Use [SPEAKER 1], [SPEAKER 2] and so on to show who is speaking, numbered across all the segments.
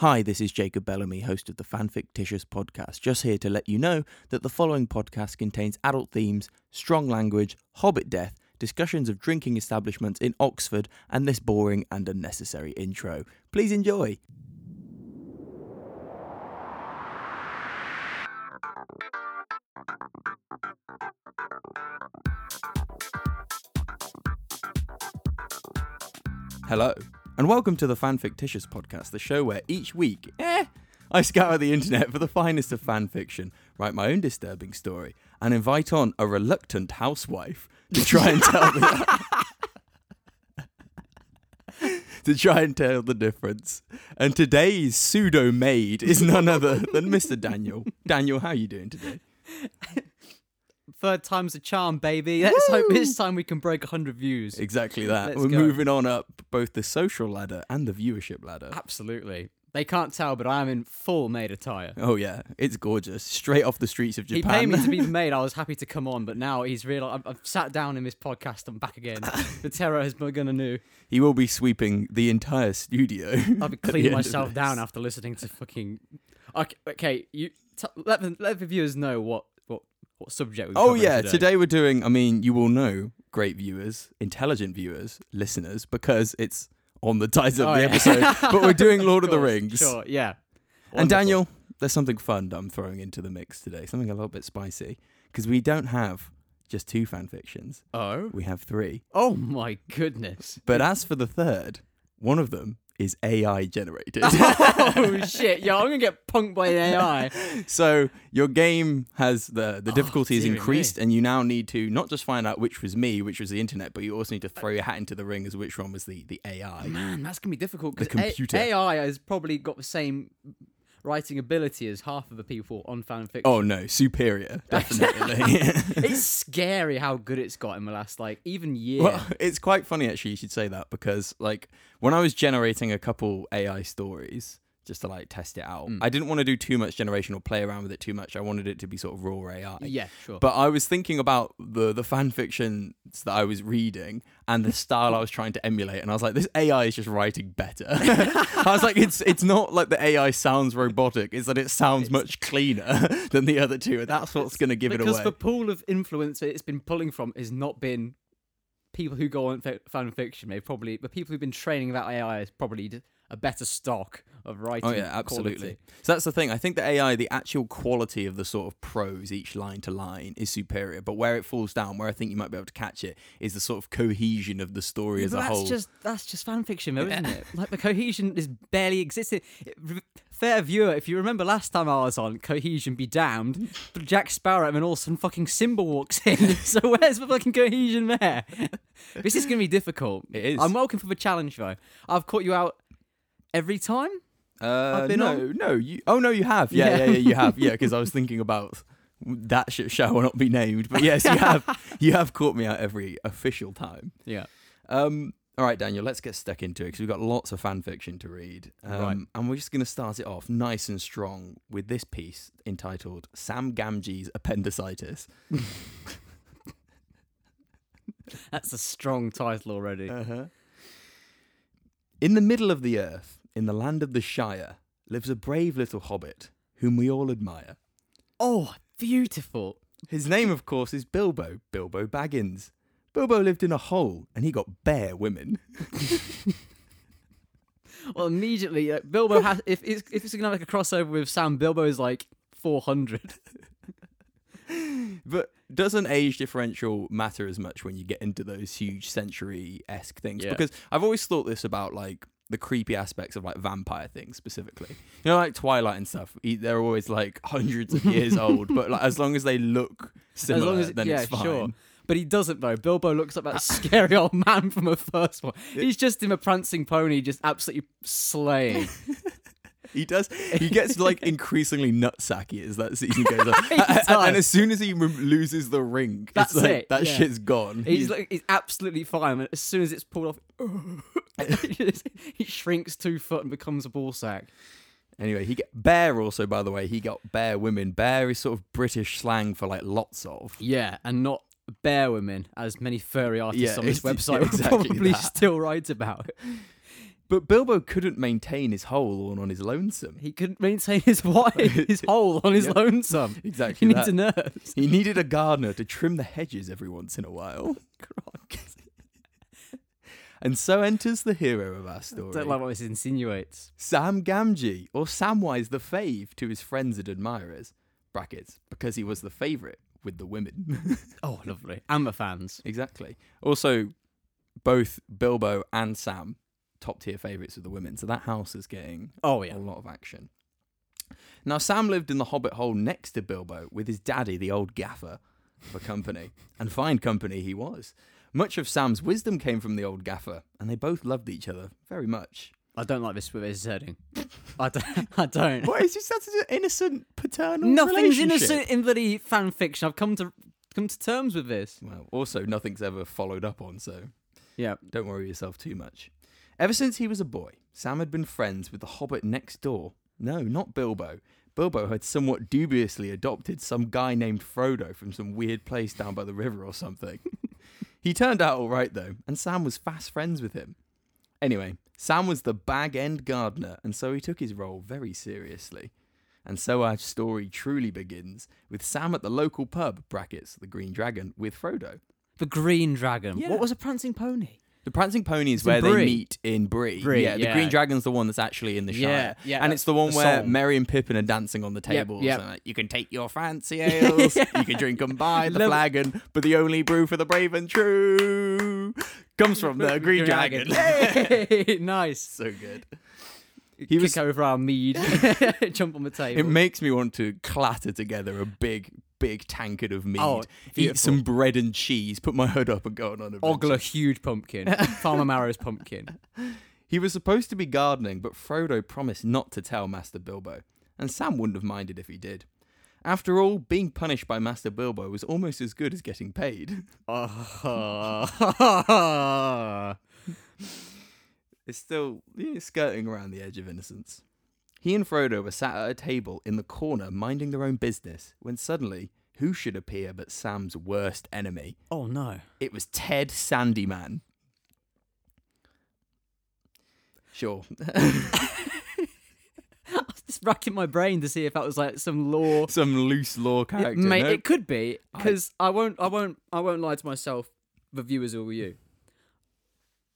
[SPEAKER 1] Hi, this is Jacob Bellamy, host of the Fanfictitious podcast, just here to let you know that the following podcast contains adult themes, strong language, hobbit death, discussions of drinking establishments in Oxford, and this boring and unnecessary intro. Please enjoy. Hello, and welcome to the Fanfictitious podcast, the show where each week, eh, I scour the internet for the finest of fan fiction, write my own disturbing story, and invite on a reluctant housewife to try and tell the to try and tell the difference. And today's pseudo maid is none other than Mr. Daniel. Daniel, how are you doing today?
[SPEAKER 2] Third time's a charm, baby. Let's hope this time we can break 100 views.
[SPEAKER 1] Exactly that.
[SPEAKER 2] Let's
[SPEAKER 1] We're
[SPEAKER 2] go.
[SPEAKER 1] moving on up both the social ladder and the viewership ladder.
[SPEAKER 2] Absolutely. They can't tell, but I am in full maid attire.
[SPEAKER 1] Oh yeah, it's gorgeous. Straight off the streets of
[SPEAKER 2] He
[SPEAKER 1] Japan.
[SPEAKER 2] paid me to be the maid. I was happy to come on, but now he's realized I've, I've sat down in this podcast. I'm back again. the terror has begun anew.
[SPEAKER 1] He will be sweeping the entire studio.
[SPEAKER 2] I'll be
[SPEAKER 1] at the
[SPEAKER 2] cleaning
[SPEAKER 1] end of
[SPEAKER 2] myself
[SPEAKER 1] this.
[SPEAKER 2] down after listening to fucking. Okay, okay you t- let the, let the viewers know what what what subject. We're
[SPEAKER 1] Oh
[SPEAKER 2] covering
[SPEAKER 1] yeah,
[SPEAKER 2] today.
[SPEAKER 1] today we're doing. I mean, you will know, great viewers, intelligent viewers, listeners, because it's on the title
[SPEAKER 2] Oh,
[SPEAKER 1] of the
[SPEAKER 2] yeah.
[SPEAKER 1] episode. But we're doing Lord of, the
[SPEAKER 2] course,
[SPEAKER 1] Rings.
[SPEAKER 2] Sure, yeah.
[SPEAKER 1] And
[SPEAKER 2] Wonderful.
[SPEAKER 1] Daniel, there's something fun that I'm throwing into the mix today. Something a little bit spicy because we don't have just two fan fictions.
[SPEAKER 2] Oh.
[SPEAKER 1] We have three.
[SPEAKER 2] Oh my goodness.
[SPEAKER 1] But as for the third, one of them is AI generated.
[SPEAKER 2] oh shit, yo, I'm gonna get punked by an AI.
[SPEAKER 1] So your game has the the difficulty is
[SPEAKER 2] dearie me.
[SPEAKER 1] increased, and you now need to not just find out which was me, which was the internet, but you also need to throw your hat into the ring as which one was the the AI.
[SPEAKER 2] Man, that's gonna be difficult
[SPEAKER 1] The
[SPEAKER 2] because
[SPEAKER 1] computer.
[SPEAKER 2] AI has probably got the same writing ability as half of the people on fanfiction.
[SPEAKER 1] Oh no, superior, definitely.
[SPEAKER 2] It's scary how good it's got in the last like even year.
[SPEAKER 1] Well, it's quite funny actually. You should say that because like when I was generating a couple AI stories just to like test it out, I didn't want to do too much generation or play around with it too much. I wanted it to be sort of raw AI.
[SPEAKER 2] yeah, sure.
[SPEAKER 1] But I was thinking about the the fan fictions that I was reading and the style I was trying to emulate, and I was like, this AI is just writing better. I was like, it's it's not like the AI sounds robotic; it's that it sounds much cleaner than the other two, and that's what's going to give it
[SPEAKER 2] because
[SPEAKER 1] away.
[SPEAKER 2] the pool of influence it's been pulling from has not been people who go on fa- fan fiction. They've probably the people who've been training that AI is probably d- a better stock of writing.
[SPEAKER 1] Oh yeah, absolutely.
[SPEAKER 2] quality.
[SPEAKER 1] So that's the thing. I think the AI, the actual quality of the sort of prose, each line to line, is superior. But where it falls down, where I think you might be able to catch it, is the sort of cohesion of the story as
[SPEAKER 2] But
[SPEAKER 1] a
[SPEAKER 2] that's
[SPEAKER 1] whole.
[SPEAKER 2] just that's just fan fiction, though, isn't it? Like the cohesion is barely existing. Fair viewer, if you remember last time I was on cohesion, be damned. Jack Sparrow and then all of a sudden fucking Simba walks in. so where's the fucking cohesion there? This is gonna be difficult.
[SPEAKER 1] It is.
[SPEAKER 2] I'm welcome for the challenge though. I've caught you out every time.
[SPEAKER 1] Uh,
[SPEAKER 2] I've been
[SPEAKER 1] no, no, you. Oh no, you have. Yeah, yeah,
[SPEAKER 2] Yeah.
[SPEAKER 1] yeah, you have. Yeah, because I was thinking about that shit shall not be named. But yes, you have. You have caught me out every official time.
[SPEAKER 2] Yeah.
[SPEAKER 1] Um, all right, Daniel, let's get stuck into it because we've got lots of fan fiction to read. Um,
[SPEAKER 2] Right.
[SPEAKER 1] And we're just going to start it off nice and strong with this piece entitled Sam Gamgee's Appendicitis.
[SPEAKER 2] That's a strong title already.
[SPEAKER 1] Uh-huh. In the middle of the earth, in the land of the Shire, lives a brave little hobbit whom we all admire.
[SPEAKER 2] oh, beautiful.
[SPEAKER 1] His name, of course, is Bilbo, Bilbo Baggins. Bilbo lived in a hole and he got bare women.
[SPEAKER 2] Well, immediately, uh, Bilbo has. If it's, if it's gonna have like a crossover with Sam, Bilbo's like 400.
[SPEAKER 1] But doesn't age differential matter as much when you get into those huge century esque things?
[SPEAKER 2] Yeah.
[SPEAKER 1] Because I've always thought this about like the creepy aspects of like vampire things specifically. You know, like Twilight and stuff. e- They're always like hundreds of years old, but like as long as they look similar, then it's fine.
[SPEAKER 2] But he doesn't though. Bilbo looks like that scary old man from the first one. He's just in a prancing pony, just absolutely slaying.
[SPEAKER 1] He does. He gets like increasingly nutsacky as that season goes on,
[SPEAKER 2] He
[SPEAKER 1] and, and- and
[SPEAKER 2] does.
[SPEAKER 1] as soon as he rem- loses the ring,
[SPEAKER 2] That's
[SPEAKER 1] it's like,
[SPEAKER 2] it,
[SPEAKER 1] That
[SPEAKER 2] yeah.
[SPEAKER 1] shit's gone.
[SPEAKER 2] He's like, he's absolutely fine. And as soon as it's pulled off, he shrinks two foot and becomes a ball sack.
[SPEAKER 1] Anyway, he get bear also by the way, he got bear women. Bear is sort of British slang for like lots of.
[SPEAKER 2] Yeah, and not bear women, as many furry artists
[SPEAKER 1] Yeah,
[SPEAKER 2] on this
[SPEAKER 1] it's-
[SPEAKER 2] website
[SPEAKER 1] exactly
[SPEAKER 2] will probably
[SPEAKER 1] that.
[SPEAKER 2] still write about.
[SPEAKER 1] But Bilbo couldn't maintain his whole on on his lonesome.
[SPEAKER 2] He couldn't maintain his what? His hole on his
[SPEAKER 1] Yeah.
[SPEAKER 2] lonesome. He
[SPEAKER 1] Exactly.
[SPEAKER 2] needs
[SPEAKER 1] that.
[SPEAKER 2] a nurse.
[SPEAKER 1] He needed a gardener to trim the hedges every once in a while. and so enters the hero of our story.
[SPEAKER 2] Don't like what this insinuates.
[SPEAKER 1] Sam Gamgee, or Samwise the Fave to his friends and admirers. Brackets, because he was the favourite with the women.
[SPEAKER 2] Oh, lovely. And the fans.
[SPEAKER 1] exactly. Also, both Bilbo and Sam, top tier favourites with the women, so that house is getting
[SPEAKER 2] Oh
[SPEAKER 1] a lot of action. Now, Sam lived in the hobbit hole next to Bilbo with his daddy, the old gaffer, for company, and fine company he was. Much of Sam's wisdom came from the old gaffer, and they both loved each other very much.
[SPEAKER 2] I don't like this with his heading. I don't. I don't.
[SPEAKER 1] What is just that's an innocent paternal
[SPEAKER 2] Nothing's
[SPEAKER 1] relationship.
[SPEAKER 2] innocent in bloody fan fiction. I've come to come to terms with this.
[SPEAKER 1] Well, also nothing's ever followed up on, so
[SPEAKER 2] Yeah.
[SPEAKER 1] don't worry yourself too much. Ever since he was a boy, Sam had been friends with the hobbit next door. No, not Bilbo. Bilbo had somewhat dubiously adopted some guy named Frodo from some weird place down by the river or something. he turned out all right, though, and Sam was fast friends with him. Anyway, Sam was the bag end gardener, and so he took his role very seriously. And so our story truly begins with Sam at the local pub, brackets, the Green Dragon, with Frodo.
[SPEAKER 2] The Green Dragon.
[SPEAKER 1] Yeah.
[SPEAKER 2] What was a prancing pony?
[SPEAKER 1] The Prancing Pony is
[SPEAKER 2] in
[SPEAKER 1] where they
[SPEAKER 2] Bree.
[SPEAKER 1] meet in Bree.
[SPEAKER 2] Bree,
[SPEAKER 1] yeah, the
[SPEAKER 2] yeah.
[SPEAKER 1] Green Dragon's the one that's actually in the Shire.
[SPEAKER 2] Yeah, yeah,
[SPEAKER 1] and
[SPEAKER 2] that-
[SPEAKER 1] it's the one
[SPEAKER 2] the
[SPEAKER 1] where
[SPEAKER 2] song.
[SPEAKER 1] Merry and Pippin are dancing on the tables.
[SPEAKER 2] yep.
[SPEAKER 1] and, like, you can take your fancy ales, you can drink 'em by the
[SPEAKER 2] Love-
[SPEAKER 1] flagon, but the only brew for the brave and true comes from the Green Dragon.
[SPEAKER 2] Hey, nice.
[SPEAKER 1] so good.
[SPEAKER 2] He Kick
[SPEAKER 1] was-
[SPEAKER 2] over our mead. Jump on the table.
[SPEAKER 1] It makes me want to clatter together a big, big tankard of mead,
[SPEAKER 2] Oh,
[SPEAKER 1] eat
[SPEAKER 2] beautiful. Oh,
[SPEAKER 1] some bread and cheese, put my hood up and go on an adventure.
[SPEAKER 2] Ogle a huge pumpkin. Farmer Marrow's pumpkin.
[SPEAKER 1] He was supposed to be gardening, but Frodo promised not to tell Master Bilbo, and Sam wouldn't have minded if he did. After all, being punished by Master Bilbo was almost as good as getting paid. It's still yeah, skirting around the edge of innocence. He and Frodo were sat at a table in the corner minding their own business when suddenly, who should appear but Sam's worst enemy?
[SPEAKER 2] oh no.
[SPEAKER 1] It was Ted Sandyman. Sure.
[SPEAKER 2] I was just racking my brain to see if that was like some law.
[SPEAKER 1] Some loose law character.
[SPEAKER 2] Mate,
[SPEAKER 1] no?
[SPEAKER 2] it could be because I... won't, I won't, I won't lie to myself. The viewers or you.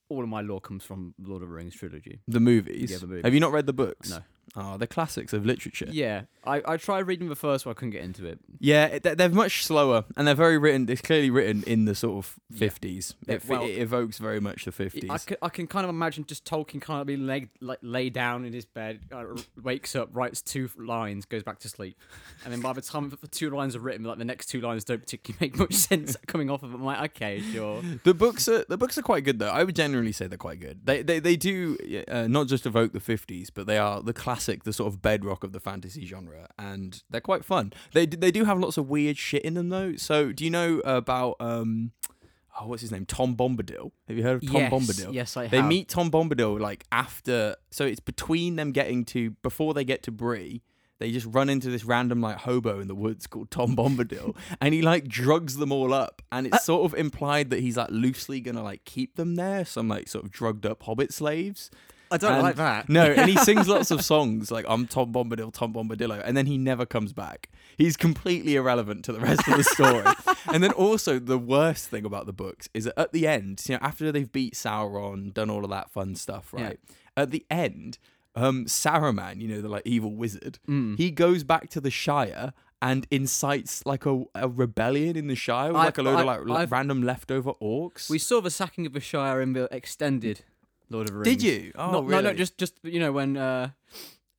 [SPEAKER 2] All of my lore comes from Lord of the Rings trilogy.
[SPEAKER 1] The movies.
[SPEAKER 2] Yeah, the movies.
[SPEAKER 1] Have you not read the books?
[SPEAKER 2] No.
[SPEAKER 1] Oh, they're classics of literature. Yeah,
[SPEAKER 2] Yeah, I, I tried reading the first one. I couldn't get into it.
[SPEAKER 1] it- they're, they're much slower and they're very written. It's clearly written in the sort of
[SPEAKER 2] Yeah.
[SPEAKER 1] 50s.
[SPEAKER 2] Yeah,
[SPEAKER 1] It,
[SPEAKER 2] well-
[SPEAKER 1] it evokes very much the
[SPEAKER 2] I
[SPEAKER 1] 50s.
[SPEAKER 2] can, I can kind of imagine just Tolkien kind of being laid, like, lay down in his bed, uh, wakes up, writes two lines, goes back to sleep, and then by the time the two lines are written, like the next two lines don't particularly make much sense coming off of it. I'm like, okay, sure.
[SPEAKER 1] The books are the books are quite good though. I would generally say they're quite good. They they, they do uh, not just evoke the 50s, but they are the classic, the sort of bedrock of the fantasy genre, and they're quite fun. They d- they do have lots of weird shit in them though. So do you know about um, oh what's his name? Tom Bombadil. Have you heard of Tom
[SPEAKER 2] yes,
[SPEAKER 1] Bombadil?
[SPEAKER 2] Yes, I
[SPEAKER 1] They
[SPEAKER 2] have.
[SPEAKER 1] meet Tom Bombadil like after, so it's between them getting to before they get to Bree. They just run into this random like hobo in the woods called Tom Bombadil, and he like drugs them all up, and it's
[SPEAKER 2] Uh
[SPEAKER 1] sort of implied that he's like loosely gonna like keep them there, some like sort of drugged up hobbit slaves.
[SPEAKER 2] I don't
[SPEAKER 1] And-
[SPEAKER 2] like that.
[SPEAKER 1] No, and he sings lots of songs like "I'm Tom Bombadil, Tom Bombadillo," and then he never comes back. He's completely irrelevant to the rest of the story. and then also the worst thing about the books is that at the end, you know, after they've beat Sauron, done all of that fun stuff,
[SPEAKER 2] Yeah.
[SPEAKER 1] right? At the end, um, Saruman, you know, the like evil wizard,
[SPEAKER 2] Mm.
[SPEAKER 1] he goes back to the Shire. And incites like a, a rebellion in the Shire with
[SPEAKER 2] I-
[SPEAKER 1] like a load
[SPEAKER 2] I-
[SPEAKER 1] of like, like
[SPEAKER 2] I've-
[SPEAKER 1] random leftover orcs.
[SPEAKER 2] We saw the sacking of the Shire in the extended Lord of the Rings.
[SPEAKER 1] Did you? Oh,
[SPEAKER 2] no, no, no,
[SPEAKER 1] really?
[SPEAKER 2] just just you know when. Uh,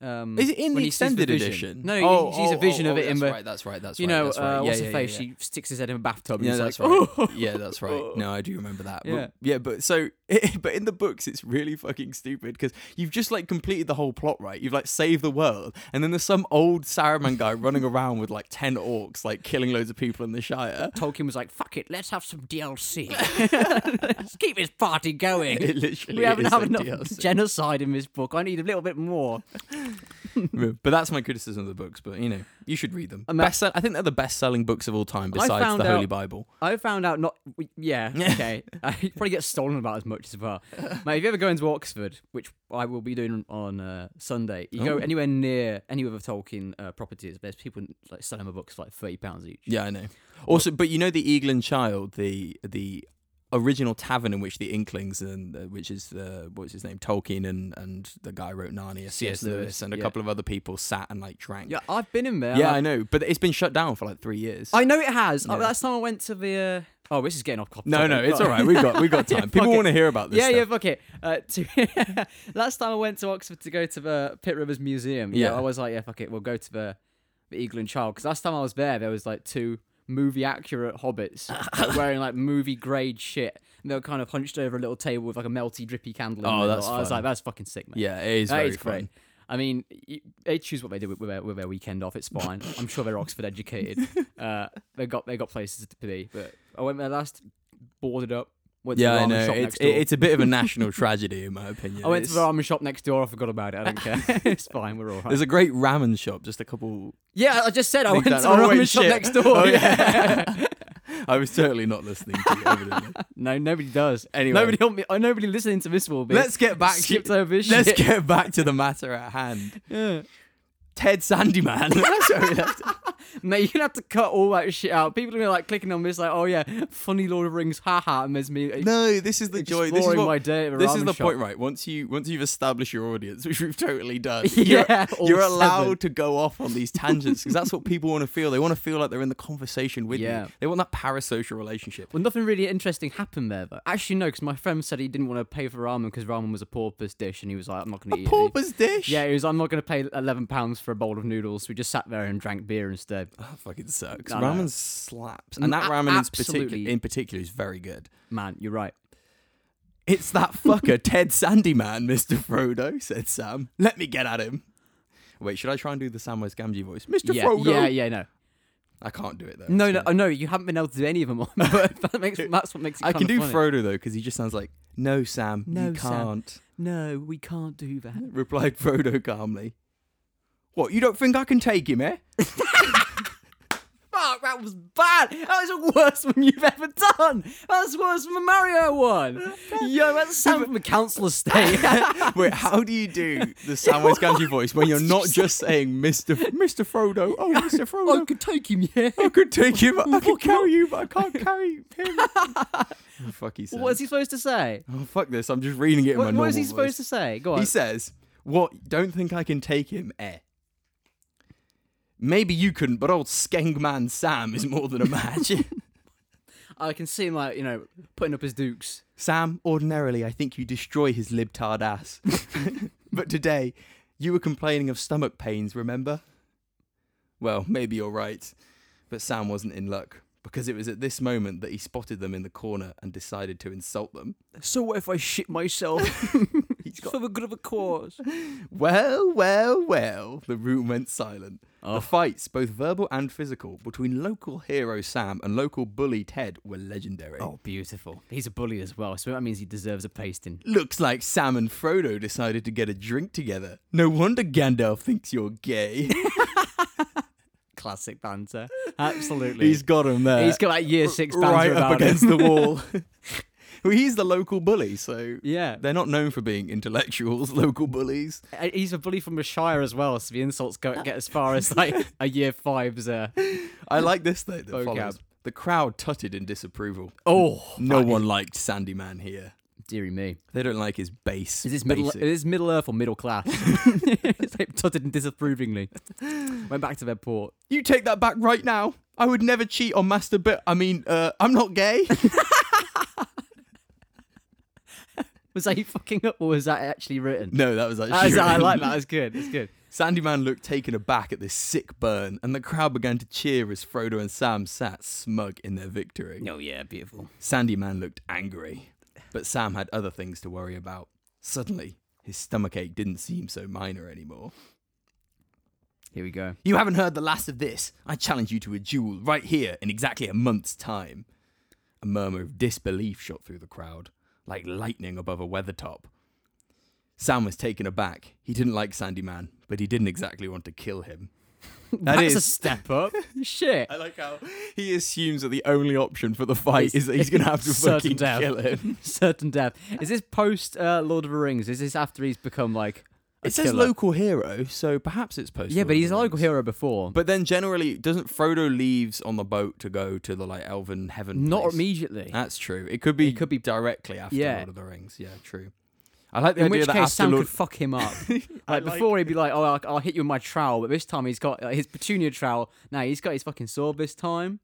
[SPEAKER 2] um,
[SPEAKER 1] Is it in
[SPEAKER 2] when
[SPEAKER 1] the
[SPEAKER 2] he sees
[SPEAKER 1] extended
[SPEAKER 2] vision.
[SPEAKER 1] edition? Oh,
[SPEAKER 2] No, he- he sees a vision of it in
[SPEAKER 1] that's
[SPEAKER 2] the.
[SPEAKER 1] right, that's right, that's
[SPEAKER 2] You
[SPEAKER 1] right,
[SPEAKER 2] know,
[SPEAKER 1] that's right. yeah,
[SPEAKER 2] uh, what's
[SPEAKER 1] yeah,
[SPEAKER 2] her face?
[SPEAKER 1] Yeah,
[SPEAKER 2] She sticks his head in a bathtub.
[SPEAKER 1] yeah.
[SPEAKER 2] and
[SPEAKER 1] yeah
[SPEAKER 2] he's
[SPEAKER 1] that's
[SPEAKER 2] like,
[SPEAKER 1] right.
[SPEAKER 2] "Oh."
[SPEAKER 1] Yeah, that's right. No, I do remember that. But-
[SPEAKER 2] Yeah.
[SPEAKER 1] yeah, but so, but in the books, it's really fucking stupid because you've just like completed the whole plot, right? You've like saved the world, and then there's some old Saruman guy running around with like ten orcs, like killing loads of people in the Shire.
[SPEAKER 2] Tolkien was like, "Fuck it, let's have some DLC. let's keep this party going.
[SPEAKER 1] It literally
[SPEAKER 2] We haven't
[SPEAKER 1] is
[SPEAKER 2] had
[SPEAKER 1] like
[SPEAKER 2] enough
[SPEAKER 1] DLC.
[SPEAKER 2] genocide in this book. I need a little bit more."
[SPEAKER 1] Yeah, but that's my criticism of the books. But you know, you should read them.
[SPEAKER 2] I'm a-
[SPEAKER 1] best I think they're the best-selling books of all time,
[SPEAKER 2] I
[SPEAKER 1] besides
[SPEAKER 2] found
[SPEAKER 1] the Holy
[SPEAKER 2] out-
[SPEAKER 1] Bible.
[SPEAKER 2] I found out not. w- Yeah, okay. I probably get stolen about as much as well. Mate, if you ever go into Oxford, which I will be doing on uh, Sunday, you go
[SPEAKER 1] Ooh.
[SPEAKER 2] anywhere near any of the Tolkien uh, properties, there's people like selling my books for like thirty pounds each.
[SPEAKER 1] Yeah, I know. Also, but you know the Eagle and Child, the the original tavern in which the Inklings and uh, which is uh, what's his name, Tolkien and and the guy who wrote Narnia, C.S.
[SPEAKER 2] Lewis,
[SPEAKER 1] Lewis, and a
[SPEAKER 2] yeah.
[SPEAKER 1] couple of other people sat and like drank.
[SPEAKER 2] Yeah, I've been in there.
[SPEAKER 1] Yeah,
[SPEAKER 2] and
[SPEAKER 1] I know, but it's been shut down for like three years.
[SPEAKER 2] I know it has. Uh,
[SPEAKER 1] Yeah.
[SPEAKER 2] last time I went to the. Uh, oh, this is getting off. off
[SPEAKER 1] no,
[SPEAKER 2] topic,
[SPEAKER 1] no, it's
[SPEAKER 2] but-
[SPEAKER 1] all right. We've got we've got
[SPEAKER 2] Yeah,
[SPEAKER 1] time. People
[SPEAKER 2] fuck it.
[SPEAKER 1] want to hear about this.
[SPEAKER 2] Yeah, yeah,
[SPEAKER 1] stuff.
[SPEAKER 2] fuck it. Uh, to last time I went to Oxford to go to the Pitt Rivers Museum, yeah,
[SPEAKER 1] Yeah.
[SPEAKER 2] I was like, yeah, fuck it, we'll go to the, the Eagle and Child because last time I was there, there was like two movie accurate hobbits like, wearing like movie grade shit, and they were kind of hunched over a little table with like a melty, drippy candle.
[SPEAKER 1] Oh,
[SPEAKER 2] in the middle.
[SPEAKER 1] that's
[SPEAKER 2] I was
[SPEAKER 1] fun.
[SPEAKER 2] like, that's fucking sick, man.
[SPEAKER 1] yeah. It is
[SPEAKER 2] That
[SPEAKER 1] very
[SPEAKER 2] is
[SPEAKER 1] fun.
[SPEAKER 2] great. I mean, y- they choose what they do with, with, their, with their weekend off. It's fine. I'm sure they're Oxford educated. Uh, they got they got places to be. But I went there last, boarded up. Went to
[SPEAKER 1] Yeah,
[SPEAKER 2] the
[SPEAKER 1] I
[SPEAKER 2] ramen
[SPEAKER 1] know.
[SPEAKER 2] Shop
[SPEAKER 1] It's
[SPEAKER 2] next
[SPEAKER 1] it,
[SPEAKER 2] door.
[SPEAKER 1] it's a bit of a national tragedy in my opinion.
[SPEAKER 2] I went to
[SPEAKER 1] It's-
[SPEAKER 2] the ramen shop next door. I forgot about it. I don't care. it's fine. We're all right.
[SPEAKER 1] There's a great ramen shop just a couple.
[SPEAKER 2] yeah, I just said I
[SPEAKER 1] Link
[SPEAKER 2] went to the
[SPEAKER 1] that- oh,
[SPEAKER 2] ramen
[SPEAKER 1] wait,
[SPEAKER 2] shop
[SPEAKER 1] shit.
[SPEAKER 2] next door.
[SPEAKER 1] Oh,
[SPEAKER 2] yeah.
[SPEAKER 1] yeah. I was certainly not listening to you, evidently.
[SPEAKER 2] no, nobody does.
[SPEAKER 1] Anyway.
[SPEAKER 2] nobody, help
[SPEAKER 1] uh,
[SPEAKER 2] me, oh, nobody listening to this will be.
[SPEAKER 1] Let's get back
[SPEAKER 2] skipped
[SPEAKER 1] to
[SPEAKER 2] over this
[SPEAKER 1] Let's
[SPEAKER 2] shit.
[SPEAKER 1] get back to the matter at hand.
[SPEAKER 2] Yeah.
[SPEAKER 1] Ted Sandyman. That's where we left it.
[SPEAKER 2] Mate, you're gonna have to cut all that shit out. People are gonna like clicking on this, like, oh yeah, funny Lord of the Rings, haha, and there's me.
[SPEAKER 1] No, this is the joy. This is
[SPEAKER 2] Exploring
[SPEAKER 1] what,
[SPEAKER 2] my day at the
[SPEAKER 1] This is
[SPEAKER 2] ramen
[SPEAKER 1] the
[SPEAKER 2] shop.
[SPEAKER 1] point, right? Once you once you've established your audience, which we've totally done,
[SPEAKER 2] Yeah, all
[SPEAKER 1] you're, you're
[SPEAKER 2] seven.
[SPEAKER 1] allowed to go off on these tangents because that's what people want to feel. They want to feel like they're in the conversation with
[SPEAKER 2] Yeah.
[SPEAKER 1] you. They want that parasocial relationship.
[SPEAKER 2] Well, nothing really interesting happened there, though. Actually, no, because my friend said he didn't want to pay for ramen because ramen was a porpoise dish, and he was like, I'm not going to eat it.
[SPEAKER 1] Pauper's dish.
[SPEAKER 2] Yeah, he was, I'm not going to pay £11 for a bowl of noodles. We just sat there and drank beer instead.
[SPEAKER 1] That fucking sucks.
[SPEAKER 2] I know.
[SPEAKER 1] ramen slaps, and
[SPEAKER 2] Mm,
[SPEAKER 1] that
[SPEAKER 2] a-
[SPEAKER 1] ramen in particular,
[SPEAKER 2] absolutely.
[SPEAKER 1] in particular is very good.
[SPEAKER 2] Man, you're right.
[SPEAKER 1] It's that fucker Ted Sandyman, Mister Frodo," said Sam. Let me get at him. Wait, should I try and do the Samwise Gamgee voice, Mister
[SPEAKER 2] yeah,
[SPEAKER 1] Frodo?
[SPEAKER 2] yeah, yeah, no.
[SPEAKER 1] I can't do it though.
[SPEAKER 2] No,
[SPEAKER 1] It's
[SPEAKER 2] no,
[SPEAKER 1] fine.
[SPEAKER 2] oh, no, you haven't been able to do any of them on, but that makes, that's what makes it
[SPEAKER 1] I can
[SPEAKER 2] kinda
[SPEAKER 1] do
[SPEAKER 2] funny.
[SPEAKER 1] Frodo though, because he just sounds like, "No, Sam,
[SPEAKER 2] No,
[SPEAKER 1] you
[SPEAKER 2] Sam.
[SPEAKER 1] can't."
[SPEAKER 2] No, we can't do that.
[SPEAKER 1] Replied Frodo calmly. What? You don't think I can take him, eh?
[SPEAKER 2] Fuck, that was bad. That was the worst one you've ever done. That was worse than the Mario one. Yo, that sounds from a council estate.
[SPEAKER 1] Wait, how do you do the Samwise Gamgee voice when you're not just saying Mister Mister Frodo? Oh, Mister Frodo.
[SPEAKER 2] I could take him, yeah.
[SPEAKER 1] I could take him. I
[SPEAKER 2] Fuck
[SPEAKER 1] could carry you, but I can't carry him. Oh, fuck, he says.
[SPEAKER 2] What is he supposed to say?
[SPEAKER 1] Oh, fuck this. I'm just reading it in my
[SPEAKER 2] What,
[SPEAKER 1] normal
[SPEAKER 2] what is he supposed
[SPEAKER 1] voice.
[SPEAKER 2] to say? Go on.
[SPEAKER 1] He says, "What? Don't think I can take him, eh?" Maybe you couldn't, but old Skengman Sam is more than a match.
[SPEAKER 2] I can see him like you know putting up his dukes.
[SPEAKER 1] Sam, ordinarily, I think you destroy his libtard ass. but today, you were complaining of stomach pains, remember? Well, maybe you're right. But Sam wasn't in luck, because it was at this moment that he spotted them in the corner and decided to insult them.
[SPEAKER 2] So what if I shit myself for the good of a cause?
[SPEAKER 1] Well, well, well, the room went silent. The fights, both verbal and physical, between local hero Sam and local bully Ted were legendary.
[SPEAKER 2] Oh, beautiful. He's a bully as well, so that means he deserves a pasting.
[SPEAKER 1] Looks like Sam and Frodo decided to get a drink together. No wonder Gandalf thinks you're gay.
[SPEAKER 2] Classic banter. Absolutely.
[SPEAKER 1] He's got him there.
[SPEAKER 2] he's got like year six banter
[SPEAKER 1] right up
[SPEAKER 2] about it.
[SPEAKER 1] against the wall. well, he's the local bully, so
[SPEAKER 2] Yeah,
[SPEAKER 1] they're not known for being intellectuals. Local bullies.
[SPEAKER 2] Uh, he's a bully from the Shire as well, so the insults go get as far as like a year five's. Uh...
[SPEAKER 1] I like this though. That
[SPEAKER 2] Vocab.
[SPEAKER 1] follows. The crowd tutted in disapproval.
[SPEAKER 2] Oh,
[SPEAKER 1] No one liked Sandy Man here.
[SPEAKER 2] dearie me.
[SPEAKER 1] They don't like his bass.
[SPEAKER 2] Is this middle?
[SPEAKER 1] basic-
[SPEAKER 2] Is this middle earth or middle class? it's like tutted disapprovingly. Went back to their port.
[SPEAKER 1] You take that back right now. I would never cheat on Master But I mean, uh, I'm not gay.
[SPEAKER 2] Was that you fucking up, or was that actually written?
[SPEAKER 1] no, that was actually.
[SPEAKER 2] That's- I
[SPEAKER 1] written.
[SPEAKER 2] like that. That's good. That's good.
[SPEAKER 1] Sandyman looked taken aback at this sick burn, and the crowd began to cheer as Frodo and Sam sat smug in their victory.
[SPEAKER 2] Oh yeah, beautiful.
[SPEAKER 1] Sandyman looked angry, but Sam had other things to worry about. Suddenly, his stomachache didn't seem so minor anymore.
[SPEAKER 2] Here we go.
[SPEAKER 1] You haven't heard the last of this. I challenge you to a duel right here in exactly a month's time. A murmur of disbelief shot through the crowd, like lightning above a weathertop. Sam was taken aback. He didn't like Sandyman, but he didn't exactly want to kill him.
[SPEAKER 2] That is a
[SPEAKER 1] is-
[SPEAKER 2] step up. Shit.
[SPEAKER 1] I like how he assumes that the only option for the fight is, that he's going to have to
[SPEAKER 2] Certain
[SPEAKER 1] fucking
[SPEAKER 2] death.
[SPEAKER 1] kill him.
[SPEAKER 2] Certain death. Is this post uh, Lord of the Rings? Is this after he's become like? a
[SPEAKER 1] It says
[SPEAKER 2] killer?
[SPEAKER 1] local hero, so perhaps it's post.
[SPEAKER 2] Yeah,
[SPEAKER 1] Lord
[SPEAKER 2] but
[SPEAKER 1] of
[SPEAKER 2] he's
[SPEAKER 1] the
[SPEAKER 2] a local
[SPEAKER 1] Rings.
[SPEAKER 2] hero before.
[SPEAKER 1] But then generally, doesn't Frodo leaves on the boat to go to the like elven heaven?
[SPEAKER 2] not
[SPEAKER 1] place?
[SPEAKER 2] immediately.
[SPEAKER 1] That's true. It could be.
[SPEAKER 2] It could be-
[SPEAKER 1] directly after
[SPEAKER 2] Yeah.
[SPEAKER 1] Lord of the Rings. Yeah, true. I like the
[SPEAKER 2] In
[SPEAKER 1] idea
[SPEAKER 2] which
[SPEAKER 1] that
[SPEAKER 2] case,
[SPEAKER 1] after
[SPEAKER 2] Sam
[SPEAKER 1] Lord
[SPEAKER 2] could fuck him up.
[SPEAKER 1] I
[SPEAKER 2] Like,
[SPEAKER 1] like-
[SPEAKER 2] before, he'd be like, "Oh, I'll, I'll hit you with my trowel," but this time he's got uh, his petunia trowel. Now he's got his fucking sword this time,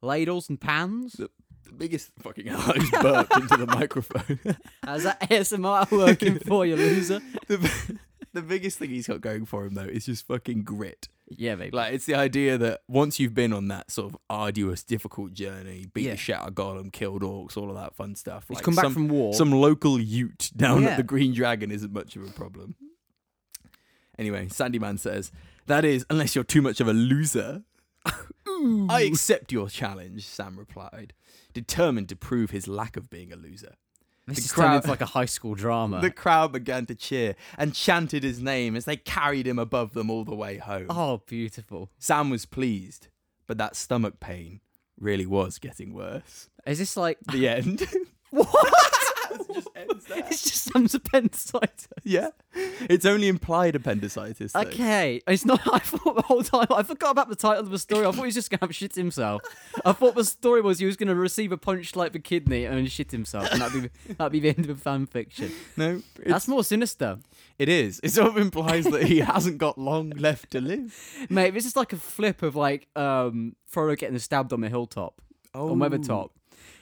[SPEAKER 2] ladles and pans.
[SPEAKER 1] the biggest fucking hell is burped into the microphone.
[SPEAKER 2] How's that ASMR working for you, loser?
[SPEAKER 1] the, the biggest thing he's got going for him though is just fucking grit.
[SPEAKER 2] Yeah, baby.
[SPEAKER 1] Like it's the idea that once you've been on that sort of arduous, difficult journey, beat
[SPEAKER 2] Yeah.
[SPEAKER 1] the shit out of Gollum, killed orcs, all of that fun stuff.
[SPEAKER 2] he's
[SPEAKER 1] like,
[SPEAKER 2] come back
[SPEAKER 1] some,
[SPEAKER 2] from war.
[SPEAKER 1] some local Ute down
[SPEAKER 2] Yeah.
[SPEAKER 1] at the Green Dragon isn't much of a problem. Anyway, Sandyman says that is unless you're too much of a loser. I accept your challenge, Sam replied, determined to prove his lack of being a loser.
[SPEAKER 2] this
[SPEAKER 1] the
[SPEAKER 2] is turned
[SPEAKER 1] crowd-
[SPEAKER 2] into like a high school drama.
[SPEAKER 1] The crowd began to cheer and chanted his name as they carried him above them all the way home.
[SPEAKER 2] Oh, beautiful.
[SPEAKER 1] Sam was pleased, but that stomach pain really was getting worse.
[SPEAKER 2] Is this like
[SPEAKER 1] The end.
[SPEAKER 2] what?
[SPEAKER 1] just ends there.
[SPEAKER 2] it's just Sam's appendicitis.
[SPEAKER 1] yeah. It's only implied appendicitis. though.
[SPEAKER 2] Okay, it's not. I thought the whole time I forgot about the title of the story. I thought he was just gonna have shit himself. I thought the story was he was gonna receive a punch like the kidney and shit himself, and that'd be that'd be the end of fan fiction.
[SPEAKER 1] No, it's,
[SPEAKER 2] That's more sinister,
[SPEAKER 1] it is. It sort of implies that he hasn't got long left to live.
[SPEAKER 2] mate. This is like a flip of like um Frodo getting stabbed on the hilltop
[SPEAKER 1] Oh,
[SPEAKER 2] on Weathertop.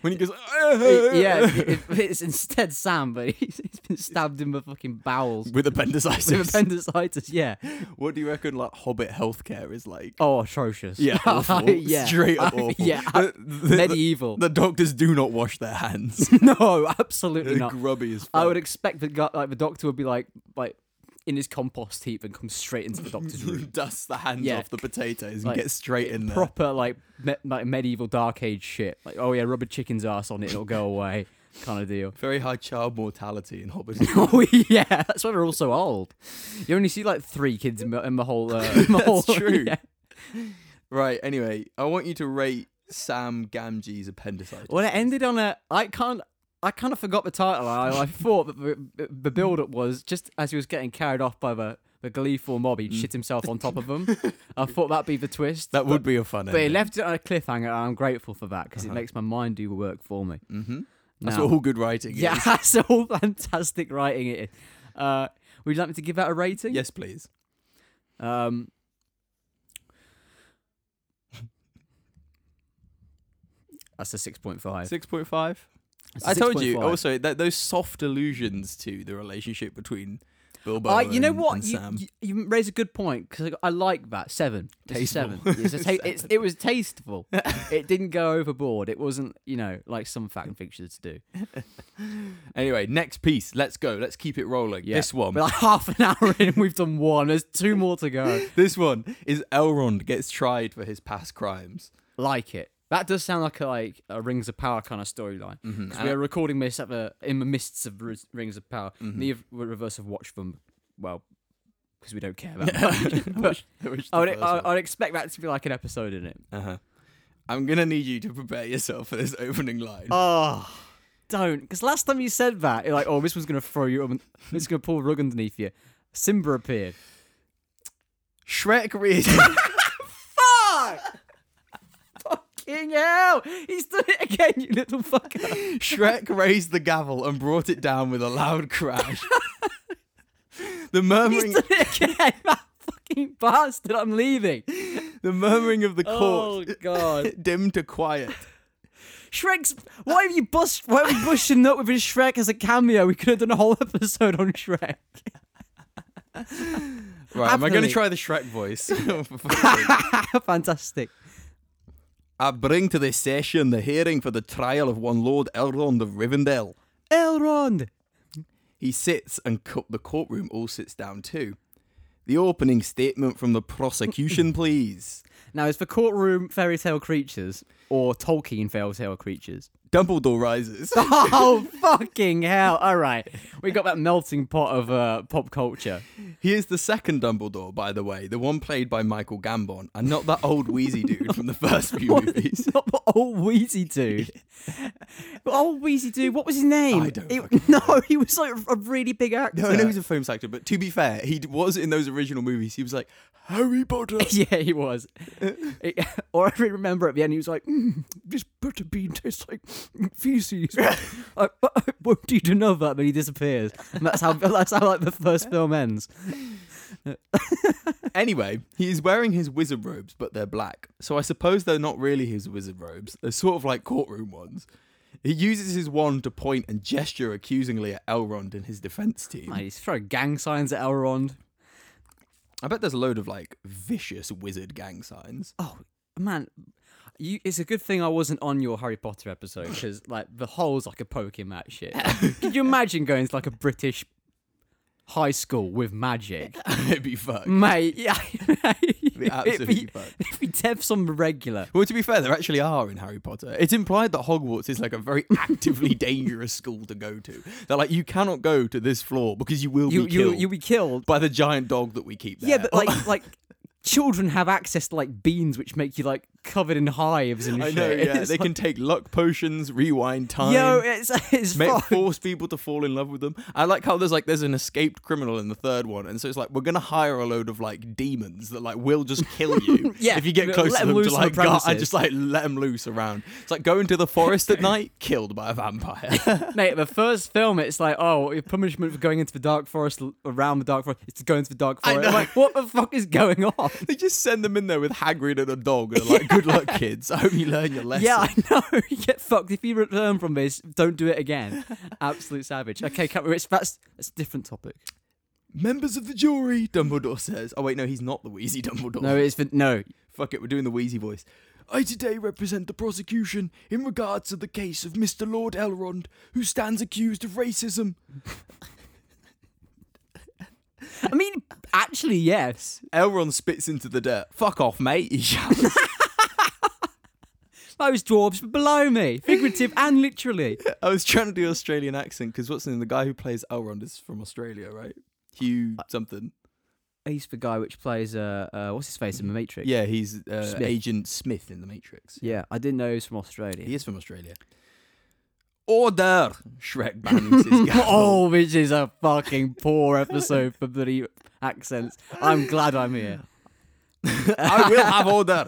[SPEAKER 1] When he goes,
[SPEAKER 2] yeah, it- it- it's instead Sam, but he's, he's been stabbed in the fucking bowels
[SPEAKER 1] with appendicitis.
[SPEAKER 2] with appendicitis. Yeah.
[SPEAKER 1] what do you reckon, like Hobbit healthcare is like?
[SPEAKER 2] Oh, atrocious.
[SPEAKER 1] Yeah, awful.
[SPEAKER 2] yeah.
[SPEAKER 1] Straight up
[SPEAKER 2] I-
[SPEAKER 1] awful.
[SPEAKER 2] yeah,
[SPEAKER 1] The- the-
[SPEAKER 2] medieval.
[SPEAKER 1] The doctors do not wash their hands.
[SPEAKER 2] no, absolutely
[SPEAKER 1] They're
[SPEAKER 2] not.
[SPEAKER 1] grubby as fuck.
[SPEAKER 2] I would expect the guy, like the doctor, would be like, like in his compost heap and come straight into the doctor's room.
[SPEAKER 1] You dust the hands
[SPEAKER 2] Yeah.
[SPEAKER 1] off the potatoes and
[SPEAKER 2] Like,
[SPEAKER 1] get straight in there.
[SPEAKER 2] Proper like me- like medieval dark age shit. Like, oh yeah, rub a chicken's ass on it, it'll go away, kind of deal.
[SPEAKER 1] Very high child mortality in Hobbit.
[SPEAKER 2] Oh yeah, that's why they're all so old. You only see like three kids in the, in the whole. Uh, in the whole,
[SPEAKER 1] true.
[SPEAKER 2] yeah.
[SPEAKER 1] right, anyway, I want you to rate Sam Gamgee's appendicitis.
[SPEAKER 2] Well, it ended on a. I can't. I kind of forgot the title. I, I thought that the, the build-up was just as he was getting carried off by the, the gleeful mob, he would shit himself on top of them. I thought that'd be the twist.
[SPEAKER 1] Mm. That would be a fun
[SPEAKER 2] But he
[SPEAKER 1] ending.
[SPEAKER 2] left it on a cliffhanger, and I'm grateful for that because it makes my mind do work for me.
[SPEAKER 1] hmm Uh-huh. That's
[SPEAKER 2] Now-
[SPEAKER 1] what all good writing
[SPEAKER 2] Yeah,
[SPEAKER 1] is.
[SPEAKER 2] that's all fantastic writing it is. Uh, would you like me to give that a rating?
[SPEAKER 1] Yes, please.
[SPEAKER 2] Um, that's a 6.5.
[SPEAKER 1] 6.5?
[SPEAKER 2] That's a
[SPEAKER 1] I told you
[SPEAKER 2] 6.5.
[SPEAKER 1] also that those soft allusions to the relationship between Bilbo
[SPEAKER 2] I,
[SPEAKER 1] and,
[SPEAKER 2] you know what?
[SPEAKER 1] um, and
[SPEAKER 2] You,
[SPEAKER 1] Sam.
[SPEAKER 2] you, you raise a good point because I like that seven. It's a
[SPEAKER 1] Tasteful.
[SPEAKER 2] Seven. It's a ta- it's, it was tasteful. it didn't go overboard. It wasn't, you know, like some fact fictions do.
[SPEAKER 1] Anyway, next piece. Let's go. Let's keep it rolling.
[SPEAKER 2] Yeah.
[SPEAKER 1] This one.
[SPEAKER 2] We're like half an hour in, we've done one. There's two more to go.
[SPEAKER 1] This one is Elrond gets tried for his past crimes.
[SPEAKER 2] Like it. That does sound like a, like a Rings of Power kind of storyline. Because
[SPEAKER 1] Uh,
[SPEAKER 2] we are recording this at the, in the mists of Ri- Rings of Power.
[SPEAKER 1] Mm-hmm.
[SPEAKER 2] The reverse of Watch them. Well, because we don't care about. them. but I would, I, I'd expect that to be like an episode in it.
[SPEAKER 1] uh-huh. I'm gonna need you to prepare yourself for this opening line.
[SPEAKER 2] Oh, don't. Because last time you said that, you're like, oh, this one's going to throw you up. and- This is going to pull a rug underneath you. Simba appeared.
[SPEAKER 1] Shrek reads.
[SPEAKER 2] Fuck! Fucking hell! He's done it again, you little fucker.
[SPEAKER 1] Shrek raised the gavel and brought it down with a loud crash. the murmuring,
[SPEAKER 2] He's done it again, that fucking bastard. I'm leaving.
[SPEAKER 1] the murmuring of the
[SPEAKER 2] Oh,
[SPEAKER 1] court
[SPEAKER 2] God.
[SPEAKER 1] dimmed to quiet.
[SPEAKER 2] Shrek's. Why have you bust? Why are we bushing up with his Shrek as a cameo? We could have done a whole episode on Shrek.
[SPEAKER 1] Right, am I gonna
[SPEAKER 2] Happily.
[SPEAKER 1] try the Shrek voice? For fuck's sake.
[SPEAKER 2] Fantastic.
[SPEAKER 1] I bring to this session the hearing for the trial of one Lord Elrond of Rivendell.
[SPEAKER 2] Elrond.
[SPEAKER 1] He sits and co- the courtroom all sits down too. The opening statement from the prosecution, please.
[SPEAKER 2] Now, it's for courtroom fairy tale creatures or Tolkien fairy tale creatures.
[SPEAKER 1] Dumbledore rises.
[SPEAKER 2] Oh, fucking hell. All right. We got that melting pot of uh, pop culture.
[SPEAKER 1] He is the second Dumbledore, by the way, the one played by Michael Gambon, and not that old wheezy dude from the first few movies.
[SPEAKER 2] Not the old Wheezy dude. But old Wheezy dude, what was his name?
[SPEAKER 1] I don't
[SPEAKER 2] He- no, he was like a really big actor.
[SPEAKER 1] No, I know he's a famous actor, but to be fair, he d- was in those original movies. He was like Harry Potter.
[SPEAKER 2] yeah, he was. It- or I really remember at the end, he was like, mm, "This butter bean tastes like feces. I, I won't eat another." But he disappears, and that's how that's how like the first film ends.
[SPEAKER 1] anyway, he is wearing his wizard robes, but they're black. So I suppose they're not really his wizard robes. They're sort of like courtroom ones. He uses his wand to point and gesture accusingly at Elrond and his defense team.
[SPEAKER 2] Mate, he's throwing gang signs at Elrond.
[SPEAKER 1] I bet there's a load of like vicious wizard gang signs.
[SPEAKER 2] Oh man, you, it's a good thing I wasn't on your Harry Potter episode because like the holes I could poke him at shit. Like, could you imagine going to like a British high school with magic,
[SPEAKER 1] It'd be fucked.
[SPEAKER 2] mate? Yeah, it'd
[SPEAKER 1] absolutely
[SPEAKER 2] be,
[SPEAKER 1] fucked.
[SPEAKER 2] it'd be deaths on the regular.
[SPEAKER 1] Well, to be fair, there actually are in Harry Potter. It's implied that Hogwarts is like a very actively dangerous school to go to. They're like, you cannot go to this floor because you will
[SPEAKER 2] You
[SPEAKER 1] be
[SPEAKER 2] you
[SPEAKER 1] killed
[SPEAKER 2] you'll be killed.
[SPEAKER 1] by the giant dog that we keep there.
[SPEAKER 2] Yeah, but like like. Children have access to like beans, which make you like covered in hives and
[SPEAKER 1] I
[SPEAKER 2] shit.
[SPEAKER 1] know, yeah.
[SPEAKER 2] It's
[SPEAKER 1] they
[SPEAKER 2] like,
[SPEAKER 1] can take luck potions, rewind time.
[SPEAKER 2] Yo, it's it's
[SPEAKER 1] Make,
[SPEAKER 2] fucked.
[SPEAKER 1] force people to fall in love with them. I like how there's like there's an escaped criminal in the third one, and so it's like we're gonna hire a load of like demons that like will just kill you
[SPEAKER 2] Yeah,
[SPEAKER 1] if you get
[SPEAKER 2] let
[SPEAKER 1] close to
[SPEAKER 2] them
[SPEAKER 1] them
[SPEAKER 2] loose
[SPEAKER 1] to
[SPEAKER 2] on
[SPEAKER 1] like
[SPEAKER 2] the
[SPEAKER 1] guard, and
[SPEAKER 2] premises.
[SPEAKER 1] just like let them loose around. It's like go into the forest at night, killed by a vampire.
[SPEAKER 2] Mate, the first film, it's like, oh, your punishment for going into the dark forest, l- around the dark forest, is to go into the dark
[SPEAKER 1] I
[SPEAKER 2] forest.
[SPEAKER 1] know.
[SPEAKER 2] Like, what the fuck is going on?
[SPEAKER 1] They just send them in there with Hagrid and a dog and are like, good luck, kids. I hope you learn your lesson.
[SPEAKER 2] yeah, I know. you get fucked. If you return from this, don't do it again. Absolute savage. Okay, can't we, it's, that's, that's a different topic.
[SPEAKER 1] Members of the jury, Dumbledore says. Oh, wait, no, he's not the wheezy Dumbledore.
[SPEAKER 2] No, it's for, no.
[SPEAKER 1] Fuck it, we're doing the wheezy voice. I today represent the prosecution in regards to the case of Mr. Lord Elrond, who stands accused of racism.
[SPEAKER 2] I mean, actually, yes.
[SPEAKER 1] Elrond spits into the dirt. Fuck off, mate, he shouts.
[SPEAKER 2] Those dwarves were below me, figurative and literally.
[SPEAKER 1] I was trying to do Australian accent because what's his name? The guy who plays Elrond is from Australia, right? Hugh
[SPEAKER 2] Uh,
[SPEAKER 1] something.
[SPEAKER 2] He's the guy which plays, uh, uh what's his face in The Matrix?
[SPEAKER 1] Yeah, he's uh,
[SPEAKER 2] Smith.
[SPEAKER 1] Agent Smith in The Matrix.
[SPEAKER 2] Yeah, I didn't know he was from Australia.
[SPEAKER 1] He is from Australia. Order! Shrek bangs his gavel.
[SPEAKER 2] Oh, which is a fucking poor episode for bloody accents. I'm glad I'm here.
[SPEAKER 1] I will have order.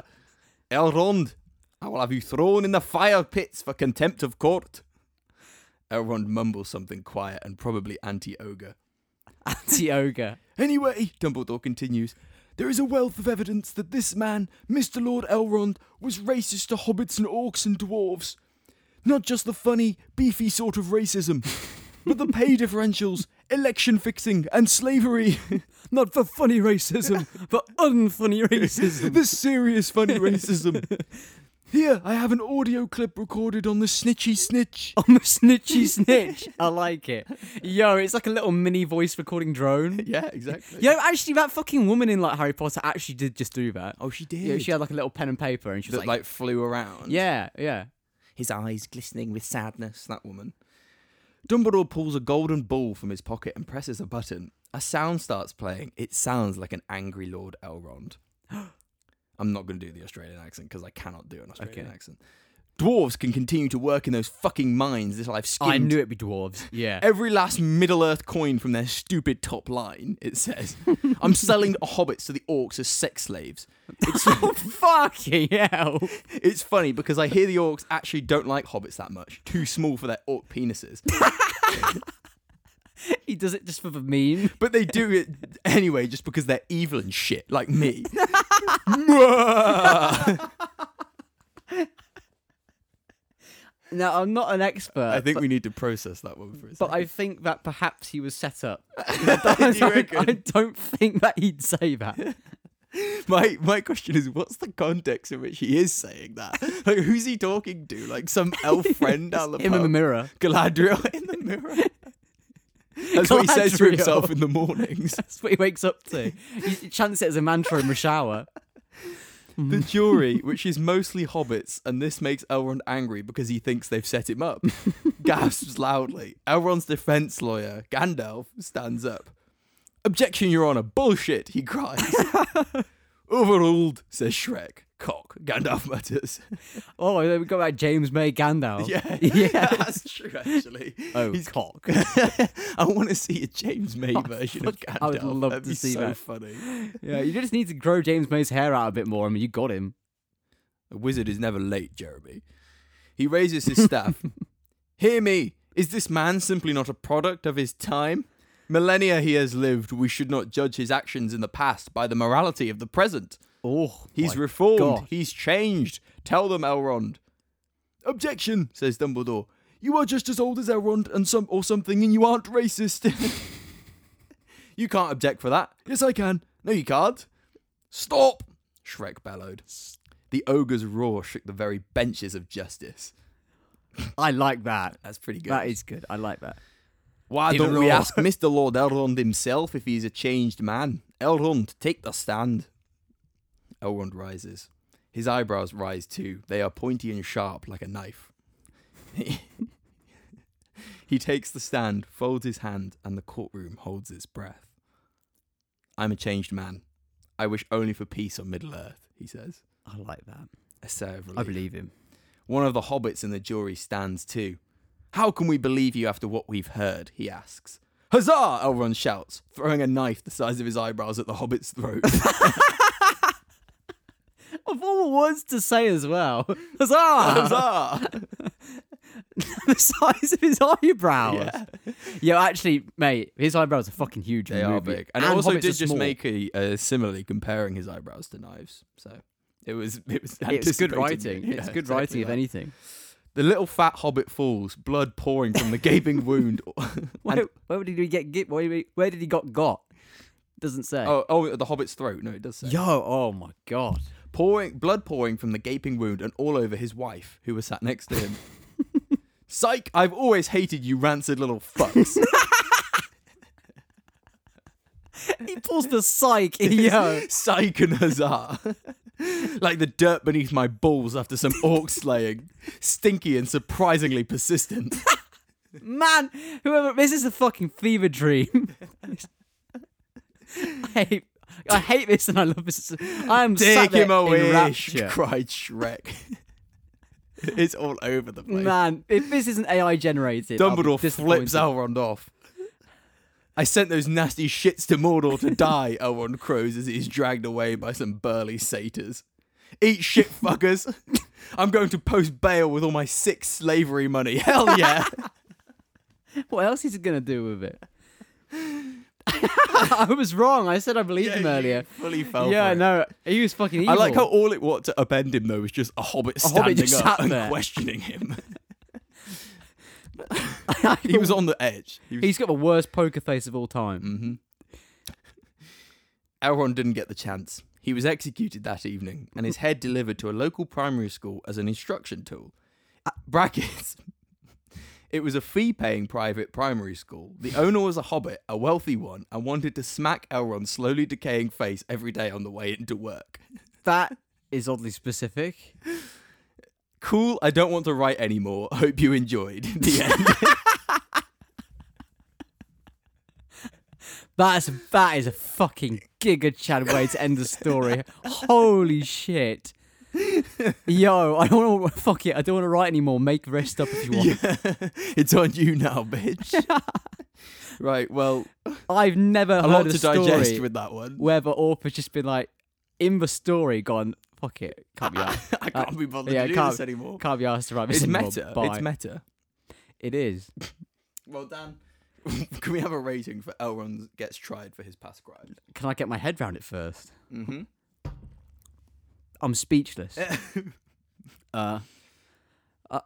[SPEAKER 1] Elrond, I will have you thrown in the fire pits for contempt of court. Elrond mumbles something quiet and probably anti ogre.
[SPEAKER 2] Anti ogre.
[SPEAKER 1] Anyway, Dumbledore continues, there is a wealth of evidence that this man, Mr. Lord Elrond, was racist to hobbits and orcs and dwarves. Not just the funny, beefy sort of racism, but the pay differentials, election fixing, and slavery.
[SPEAKER 2] Not for funny racism, but unfunny racism.
[SPEAKER 1] the serious funny racism. Here, I have an audio clip recorded on the snitchy snitch.
[SPEAKER 2] I'm a snitchy snitch. I like it. Yo, it's like a little mini voice recording drone.
[SPEAKER 1] Yeah, exactly.
[SPEAKER 2] Yo, actually, that fucking woman in like Harry Potter actually did just do that.
[SPEAKER 1] Oh, she did.
[SPEAKER 2] Yeah, she had like a little pen and paper, and she was
[SPEAKER 1] that
[SPEAKER 2] like,
[SPEAKER 1] like, flew around.
[SPEAKER 2] "Yeah, yeah."
[SPEAKER 1] His eyes glistening with sadness, that woman. Dumbledore pulls a golden ball from his pocket and presses a button. A sound starts playing. It sounds like an angry Lord Elrond. I'm not going to do the Australian accent because I cannot do an Australian
[SPEAKER 2] Okay.
[SPEAKER 1] accent. Dwarves can continue to work in those fucking mines that I've skimmed.
[SPEAKER 2] I knew it'd be dwarves. Yeah.
[SPEAKER 1] Every last Middle Earth coin from their stupid top line, it says. I'm selling hobbits to the orcs as sex slaves. It's,
[SPEAKER 2] Fucking hell.
[SPEAKER 1] it's funny because I hear the orcs actually don't like hobbits that much. Too small for their orc penises.
[SPEAKER 2] He does it just for the meme.
[SPEAKER 1] But they do it anyway just because they're evil and shit, like me. I
[SPEAKER 2] Now, I'm not an expert.
[SPEAKER 1] think we need to process that one for a
[SPEAKER 2] But
[SPEAKER 1] second.
[SPEAKER 2] I think that perhaps he was set up.
[SPEAKER 1] Do you
[SPEAKER 2] I,
[SPEAKER 1] reckon?
[SPEAKER 2] don't think that he'd say that.
[SPEAKER 1] My my question is, what's the context in which he is saying that? Like, who's he talking to? Like some elf friend down the
[SPEAKER 2] Him in the
[SPEAKER 1] pub?
[SPEAKER 2] mirror.
[SPEAKER 1] Galadriel in the mirror. That's what he says to
[SPEAKER 2] Galadriel.
[SPEAKER 1] himself in the mornings.
[SPEAKER 2] That's what he wakes up to. He chants it as a mantra in the shower. Mm.
[SPEAKER 1] the jury, which is mostly hobbits, and this makes Elrond angry because he thinks they've set him up, gasps loudly. Elrond's defense lawyer, Gandalf, stands up. Objection, Your Honor. Bullshit, he cries. Overruled, says Shrek. Cock, Gandalf mutters.
[SPEAKER 2] Oh, and then we got about James May Gandalf.
[SPEAKER 1] Yeah,
[SPEAKER 2] Yeah.
[SPEAKER 1] that's true, actually.
[SPEAKER 2] Oh,
[SPEAKER 1] He's-
[SPEAKER 2] cock. Oh,
[SPEAKER 1] I want to see a James May version of Gandalf.
[SPEAKER 2] I would love
[SPEAKER 1] That'd
[SPEAKER 2] to
[SPEAKER 1] be
[SPEAKER 2] see
[SPEAKER 1] so
[SPEAKER 2] that.
[SPEAKER 1] funny.
[SPEAKER 2] yeah, you just need to grow James May's hair out a bit more. I mean, you got him.
[SPEAKER 1] A wizard is never late, Jeremy. He raises his staff. Hear me! Is this man simply not a product of his time? Millennia he has lived, we should not judge his actions in the past by the morality of the present.
[SPEAKER 2] Oh,
[SPEAKER 1] He's
[SPEAKER 2] my
[SPEAKER 1] reformed,
[SPEAKER 2] God.
[SPEAKER 1] he's changed. Tell them, Elrond. Objection, says Dumbledore. You are just as old as Elrond and some or something, and you aren't racist. you can't object for that. Yes, I can. No, you can't. Stop! Shrek bellowed. The ogre's roar shook the very benches of justice.
[SPEAKER 2] I like that.
[SPEAKER 1] That's pretty good.
[SPEAKER 2] That is good. I like that.
[SPEAKER 1] Why don't
[SPEAKER 2] Even
[SPEAKER 1] we
[SPEAKER 2] roar.
[SPEAKER 1] ask Mr. Lord Elrond himself if he's a changed man? Elrond, take the stand. Elrond rises. His eyebrows rise too. They are pointy and sharp like a knife. he takes the stand, folds his hand, and the courtroom holds its breath. I'm a changed man. I wish only for peace on Middle Earth, he says.
[SPEAKER 2] I like that.
[SPEAKER 1] A sigh of
[SPEAKER 2] I
[SPEAKER 1] relief.
[SPEAKER 2] believe him.
[SPEAKER 1] One of the hobbits in the jury stands too. How can we believe you after what we've heard? he asks. Huzzah! Elrond shouts, throwing a knife the size of his eyebrows at the hobbit's throat.
[SPEAKER 2] Of all the words to say as well. Huzzah!
[SPEAKER 1] Huzzah!
[SPEAKER 2] the size of his eyebrows.
[SPEAKER 1] Yeah.
[SPEAKER 2] Yo, actually, mate, his eyebrows are fucking huge. in
[SPEAKER 1] They
[SPEAKER 2] the
[SPEAKER 1] are
[SPEAKER 2] movie.
[SPEAKER 1] big. And, it also
[SPEAKER 2] Hobbits are
[SPEAKER 1] did just
[SPEAKER 2] small.
[SPEAKER 1] make a uh, simile comparing his eyebrows to knives. So it was it was
[SPEAKER 2] It's good
[SPEAKER 1] anticipated.
[SPEAKER 2] writing.
[SPEAKER 1] Yeah,
[SPEAKER 2] it's good
[SPEAKER 1] exactly
[SPEAKER 2] writing, if
[SPEAKER 1] that.
[SPEAKER 2] anything.
[SPEAKER 1] The little fat hobbit falls, blood pouring from the gaping wound.
[SPEAKER 2] Where, where did he get? get where, did he- where did he got got? Doesn't say.
[SPEAKER 1] oh, oh, the hobbit's throat. No, it does say.
[SPEAKER 2] Yo, oh my god.
[SPEAKER 1] pouring blood pouring from the gaping wound and all over his wife, who was sat next to him. Psych! I've always hated you, rancid little fucks.
[SPEAKER 2] He pulls the psych. Yo.
[SPEAKER 1] Psych and huzzah! like the dirt beneath my balls after some orc slaying, stinky and surprisingly persistent.
[SPEAKER 2] Man, whoever this is a fucking fever dream. I hate, I hate this and I love this. I am sat
[SPEAKER 1] Take
[SPEAKER 2] there
[SPEAKER 1] him away!
[SPEAKER 2] in
[SPEAKER 1] sh-
[SPEAKER 2] rapture.
[SPEAKER 1] cried Shrek. it's all over the place.
[SPEAKER 2] Man, if this isn't AI generated, I'll be
[SPEAKER 1] Dumbledore flips
[SPEAKER 2] disappointed.
[SPEAKER 1] Elrond off. I sent those nasty shits to Mordor to die, Elrond crows as he is dragged away by some burly satyrs. Eat shit, fuckers. I'm going to post bail with all my sick slavery money. Hell yeah.
[SPEAKER 2] What else is he gonna do with it? I was wrong. I said I believed him earlier.
[SPEAKER 1] Fully fell for
[SPEAKER 2] yeah,
[SPEAKER 1] it.
[SPEAKER 2] no, he was fucking evil.
[SPEAKER 1] I like how all it was to upend him, though, was just a hobbit standing
[SPEAKER 2] hobbit just
[SPEAKER 1] up
[SPEAKER 2] sat
[SPEAKER 1] and
[SPEAKER 2] there.
[SPEAKER 1] questioning him. he was Mm. on the edge. He was
[SPEAKER 2] he's got the worst poker face of all time.
[SPEAKER 1] Elrond didn't get the chance. He was executed that evening, and his head delivered to a local primary school as an instruction tool. Uh, Brackets. It was a fee paying private primary school. The owner was a hobbit, a wealthy one, and wanted to smack Elrond's slowly decaying face every day on the way into work.
[SPEAKER 2] That is oddly specific.
[SPEAKER 1] Cool, I don't want to write anymore. Hope you enjoyed. The end.
[SPEAKER 2] That's that is a fucking giga Chad way to end the story. Holy shit. Yo, I don't want to fuck it. I don't want to write anymore. Make the rest up if you want.
[SPEAKER 1] it's on you now, bitch. right, well,
[SPEAKER 2] I've never
[SPEAKER 1] a
[SPEAKER 2] heard
[SPEAKER 1] lot
[SPEAKER 2] a
[SPEAKER 1] to
[SPEAKER 2] story
[SPEAKER 1] digest with that one.
[SPEAKER 2] where the author's just been like in the story gone. Fuck it, can't be asked.
[SPEAKER 1] Uh, I can't be bothered
[SPEAKER 2] yeah,
[SPEAKER 1] to do
[SPEAKER 2] can't-
[SPEAKER 1] this anymore.
[SPEAKER 2] can't be asked to write this
[SPEAKER 1] It's
[SPEAKER 2] anymore.
[SPEAKER 1] meta.
[SPEAKER 2] Bye.
[SPEAKER 1] It's meta.
[SPEAKER 2] It is.
[SPEAKER 1] Well, Dan, can we have a rating for Elrond gets tried for his past crimes?
[SPEAKER 2] Can I get my head round it first?
[SPEAKER 1] Mm-hmm.
[SPEAKER 2] I'm speechless.
[SPEAKER 1] Eh.
[SPEAKER 2] uh, uh,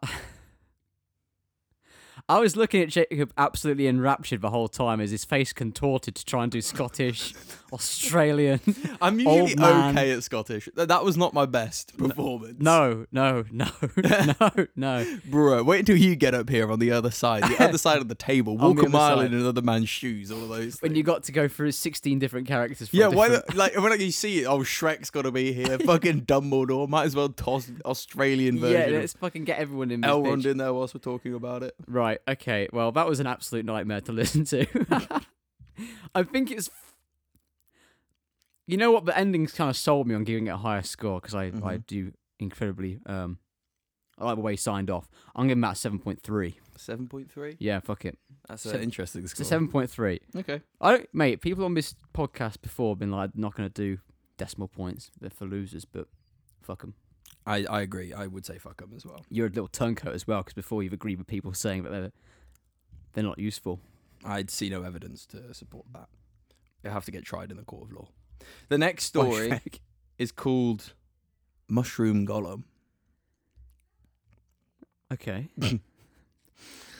[SPEAKER 2] I was looking at Jacob absolutely enraptured the whole time as his face contorted to try and do Scottish, Australian.
[SPEAKER 1] I'm usually
[SPEAKER 2] Old man.
[SPEAKER 1] okay at Scottish. Th- That was not my best performance.
[SPEAKER 2] No, no, no, no, no.
[SPEAKER 1] Bro, wait until you get up here on the other side, the other side of the table, walk
[SPEAKER 2] the
[SPEAKER 1] a
[SPEAKER 2] other
[SPEAKER 1] mile
[SPEAKER 2] side.
[SPEAKER 1] in another man's shoes, all of those.
[SPEAKER 2] When
[SPEAKER 1] things.
[SPEAKER 2] you got to go through 16 different characters. For
[SPEAKER 1] yeah,
[SPEAKER 2] a
[SPEAKER 1] why
[SPEAKER 2] different-
[SPEAKER 1] the, like when you see it, oh Shrek's got to be here, fucking Dumbledore, might as well toss Australian
[SPEAKER 2] Yeah,
[SPEAKER 1] version.
[SPEAKER 2] let's fucking get everyone in this
[SPEAKER 1] of
[SPEAKER 2] bitch.
[SPEAKER 1] Elrond in there whilst we're talking about it.
[SPEAKER 2] Right. Okay. Well, that was an absolute nightmare to listen to. I think it's. You know what? The endings kind of sold me on giving it a higher score because I, I do incredibly. um I like the way he signed off. I'm giving that a 7.3.
[SPEAKER 1] Seven point three.
[SPEAKER 2] Yeah, fuck it.
[SPEAKER 1] That's
[SPEAKER 2] Seven-
[SPEAKER 1] an interesting
[SPEAKER 2] It's a
[SPEAKER 1] score.
[SPEAKER 2] 7.3.
[SPEAKER 1] Okay.
[SPEAKER 2] I don't, mate, people on this podcast before have been like, not going to do decimal points. They're for losers, but fuck them.
[SPEAKER 1] I, I agree. I would say fuck 'em as well.
[SPEAKER 2] You're a little turncoat as well because before you've agreed with people saying that they're, they're not useful.
[SPEAKER 1] I'd see no evidence to support that. They have to get tried in the court of law. The next
[SPEAKER 2] By
[SPEAKER 1] story
[SPEAKER 2] Shrek.
[SPEAKER 1] is called Mushroom Golem.
[SPEAKER 2] Okay.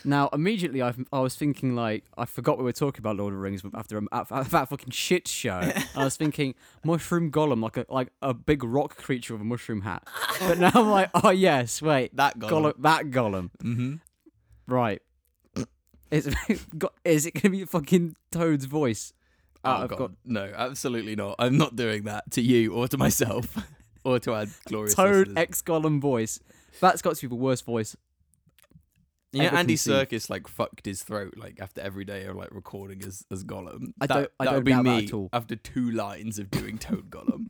[SPEAKER 2] now, immediately, I I was thinking like I forgot we were talking about Lord of the Rings after a- after that fucking shit show. I was thinking mushroom golem, like a like a big rock creature with a mushroom hat. But now I'm like, oh yes, wait,
[SPEAKER 1] That
[SPEAKER 2] golem, that golem,
[SPEAKER 1] Mm-hmm.
[SPEAKER 2] right? Is go- is it gonna be fucking Toad's voice?
[SPEAKER 1] Oh,
[SPEAKER 2] out of
[SPEAKER 1] God. No, absolutely not. I'm not doing that to you or to myself or to our glorious
[SPEAKER 2] Toad
[SPEAKER 1] listeners.
[SPEAKER 2] ex golem voice. That's got to be the worst voice.
[SPEAKER 1] You know,
[SPEAKER 2] ever
[SPEAKER 1] Andy
[SPEAKER 2] conceived.
[SPEAKER 1] Circus like fucked his throat like after every day of like recording as as Gollum.
[SPEAKER 2] I
[SPEAKER 1] that,
[SPEAKER 2] don't-
[SPEAKER 1] that
[SPEAKER 2] I don't
[SPEAKER 1] would be
[SPEAKER 2] doubt that
[SPEAKER 1] me
[SPEAKER 2] at all.
[SPEAKER 1] after two lines of doing Toad Gollum.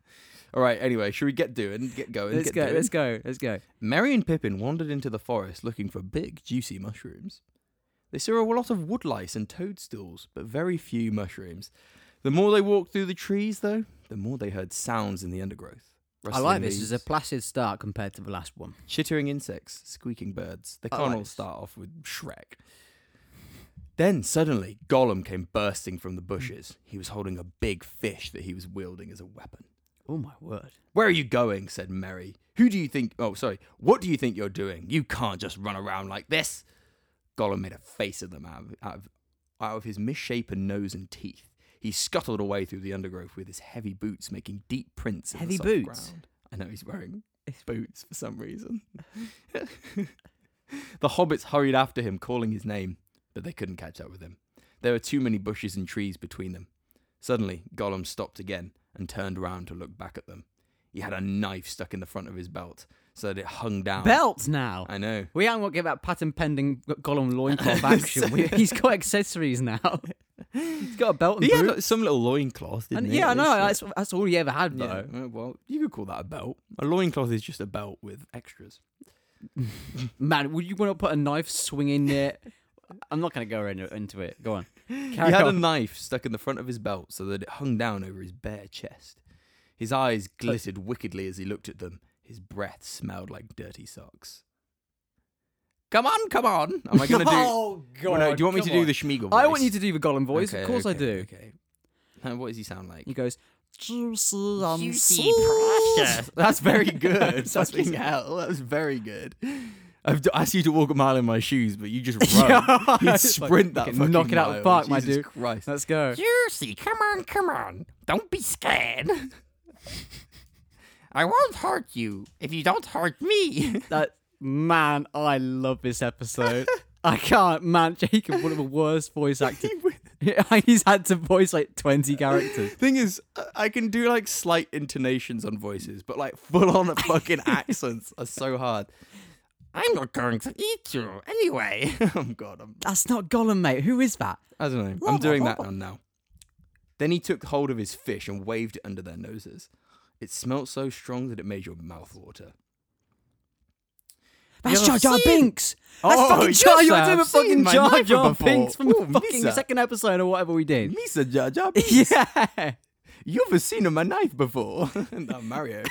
[SPEAKER 1] All right. Anyway, should we get doing? Get going.
[SPEAKER 2] Let's
[SPEAKER 1] get
[SPEAKER 2] go,
[SPEAKER 1] doing?
[SPEAKER 2] let's go, let's go.
[SPEAKER 1] Merry and Pippin wandered into the forest looking for big, juicy mushrooms. They saw a lot of woodlice and toadstools, but very few mushrooms. The more they walked through the trees, though, the more they heard sounds in the undergrowth.
[SPEAKER 2] I like this. It's a
[SPEAKER 1] Rustling
[SPEAKER 2] placid start compared to the last one.
[SPEAKER 1] leaves, chittering insects, squeaking birds. They
[SPEAKER 2] I
[SPEAKER 1] can't
[SPEAKER 2] like
[SPEAKER 1] all
[SPEAKER 2] this.
[SPEAKER 1] start off with Shrek. Then suddenly, Gollum came bursting from the bushes. He was holding a big fish that he was wielding as a weapon.
[SPEAKER 2] Oh my word.
[SPEAKER 1] Where are you going? said Merry. Who do you think? Oh, sorry. What do you think you're doing? You can't just run around like this. Gollum made a face at them out of, out of, out of his misshapen nose and teeth. He scuttled away through the undergrowth with his heavy boots, making deep prints in the
[SPEAKER 2] Heavy
[SPEAKER 1] soft
[SPEAKER 2] boots?
[SPEAKER 1] ground. I know he's wearing boots for some reason. the hobbits hurried after him, calling his name, but they couldn't catch up with him. There were too many bushes and trees between them. Suddenly, Gollum stopped again and turned round to look back at them. He had a knife stuck in the front of his belt so that it hung down.
[SPEAKER 2] belt now.
[SPEAKER 1] I know.
[SPEAKER 2] We haven't got to get that patent pending Gollum loincloth action. We, he's got accessories now. he's got a belt and
[SPEAKER 1] He had
[SPEAKER 2] boot.
[SPEAKER 1] like, some little loincloth, didn't
[SPEAKER 2] And-
[SPEAKER 1] he?
[SPEAKER 2] yeah, I
[SPEAKER 1] It's
[SPEAKER 2] know.
[SPEAKER 1] like-
[SPEAKER 2] That's, that's all he ever had, though.
[SPEAKER 1] yeah, uh, well, you could call that a belt. A loincloth is just a belt with extras.
[SPEAKER 2] Man, would you want to put a knife swing in there? I'm not going to go into, into it. Go on.
[SPEAKER 1] He
[SPEAKER 2] Carry
[SPEAKER 1] had a
[SPEAKER 2] on.
[SPEAKER 1] knife stuck in the front of his belt so that it hung down over his bare chest. His eyes glittered wickedly as he looked at them. His breath smelled like dirty socks. Come on, come on. Am I going to do.
[SPEAKER 2] oh,
[SPEAKER 1] Oh,
[SPEAKER 2] God.
[SPEAKER 1] no, do you want me to
[SPEAKER 2] come
[SPEAKER 1] do
[SPEAKER 2] on.
[SPEAKER 1] the Schmiegel voice?
[SPEAKER 2] I want you to do the Gollum voice.
[SPEAKER 1] Okay,
[SPEAKER 2] of course I
[SPEAKER 1] okay,
[SPEAKER 2] do.
[SPEAKER 1] Okay. And what does he sound like?
[SPEAKER 2] He goes, Juicy, I'm
[SPEAKER 1] Juicy,
[SPEAKER 2] sold."
[SPEAKER 1] precious. That's very good.
[SPEAKER 2] Sorry.
[SPEAKER 1] Fucking hell. That was very good. I've d- asked you to walk a mile in my shoes, but you just run.
[SPEAKER 2] Yeah.
[SPEAKER 1] You'd
[SPEAKER 2] It's like,
[SPEAKER 1] sprint that
[SPEAKER 2] okay,
[SPEAKER 1] fucking
[SPEAKER 2] knock it out of the
[SPEAKER 1] mile.
[SPEAKER 2] park, my
[SPEAKER 1] Jesus
[SPEAKER 2] dude.
[SPEAKER 1] Christ.
[SPEAKER 2] Let's go.
[SPEAKER 1] Juicy, come on, come on. Don't be scared. I won't hurt you if you don't hurt me.
[SPEAKER 2] That man, I love this episode. I can't, man. Jacob, one of the worst voice actors. He's had to voice like twenty characters.
[SPEAKER 1] Thing is, I- I can do like slight intonations on voices, but like full on fucking accents are so hard. I'm not going to eat you anyway. oh god, I'm,
[SPEAKER 2] That's not Gollum, mate. Who is that?
[SPEAKER 1] I don't know. I'm doing that on now. Then he took hold of his fish and waved it under their noses. It smelt so strong that it made your mouth water.
[SPEAKER 2] That's
[SPEAKER 1] Yeah,
[SPEAKER 2] Jar
[SPEAKER 1] I've
[SPEAKER 2] Jar
[SPEAKER 1] seen-
[SPEAKER 2] Binks. That's
[SPEAKER 1] Oh,
[SPEAKER 2] fucking
[SPEAKER 1] yes,
[SPEAKER 2] Jar Jar.
[SPEAKER 1] I've
[SPEAKER 2] doing a
[SPEAKER 1] seen
[SPEAKER 2] fucking
[SPEAKER 1] my
[SPEAKER 2] Jar
[SPEAKER 1] knife
[SPEAKER 2] Jar
[SPEAKER 1] before.
[SPEAKER 2] Binks from the
[SPEAKER 1] Ooh,
[SPEAKER 2] fucking
[SPEAKER 1] Lisa.
[SPEAKER 2] second episode or whatever we did.
[SPEAKER 1] Lisa Jar Jar Binks.
[SPEAKER 2] Yeah.
[SPEAKER 1] You've seen my knife before. no, Mario.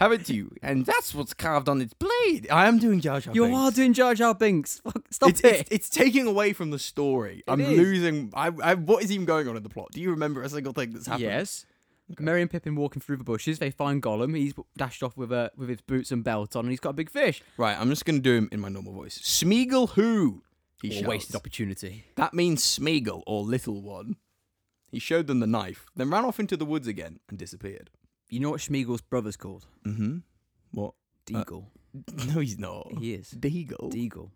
[SPEAKER 1] Haven't you? And that's what's carved on its blade. I am doing Jar Jar
[SPEAKER 2] You
[SPEAKER 1] Binks.
[SPEAKER 2] are doing Jar Jar Binks. Fuck, stop
[SPEAKER 1] It's,
[SPEAKER 2] it.
[SPEAKER 1] it's, it's taking away from the story. I'm
[SPEAKER 2] is.
[SPEAKER 1] losing. I, I, what is even going on in the plot? Do you remember a single thing that's happened?
[SPEAKER 2] yes. Merry and Pippin walking through the bushes. They find Gollum. He's dashed off with a with his boots and belt on, and he's got a big fish.
[SPEAKER 1] Right, I'm just going to do him in my normal voice. Smeagol who? He
[SPEAKER 2] Or wasted
[SPEAKER 1] shouts.
[SPEAKER 2] opportunity.
[SPEAKER 1] That means Smeagol or little one. He showed them the knife, then ran off into the woods again and disappeared.
[SPEAKER 2] You know what Schmeagol's brother's called?
[SPEAKER 1] Mm-hmm. What?
[SPEAKER 2] Deagle.
[SPEAKER 1] No, he's not.
[SPEAKER 2] he is
[SPEAKER 1] Deagle.
[SPEAKER 2] Uh, oh, Deagle.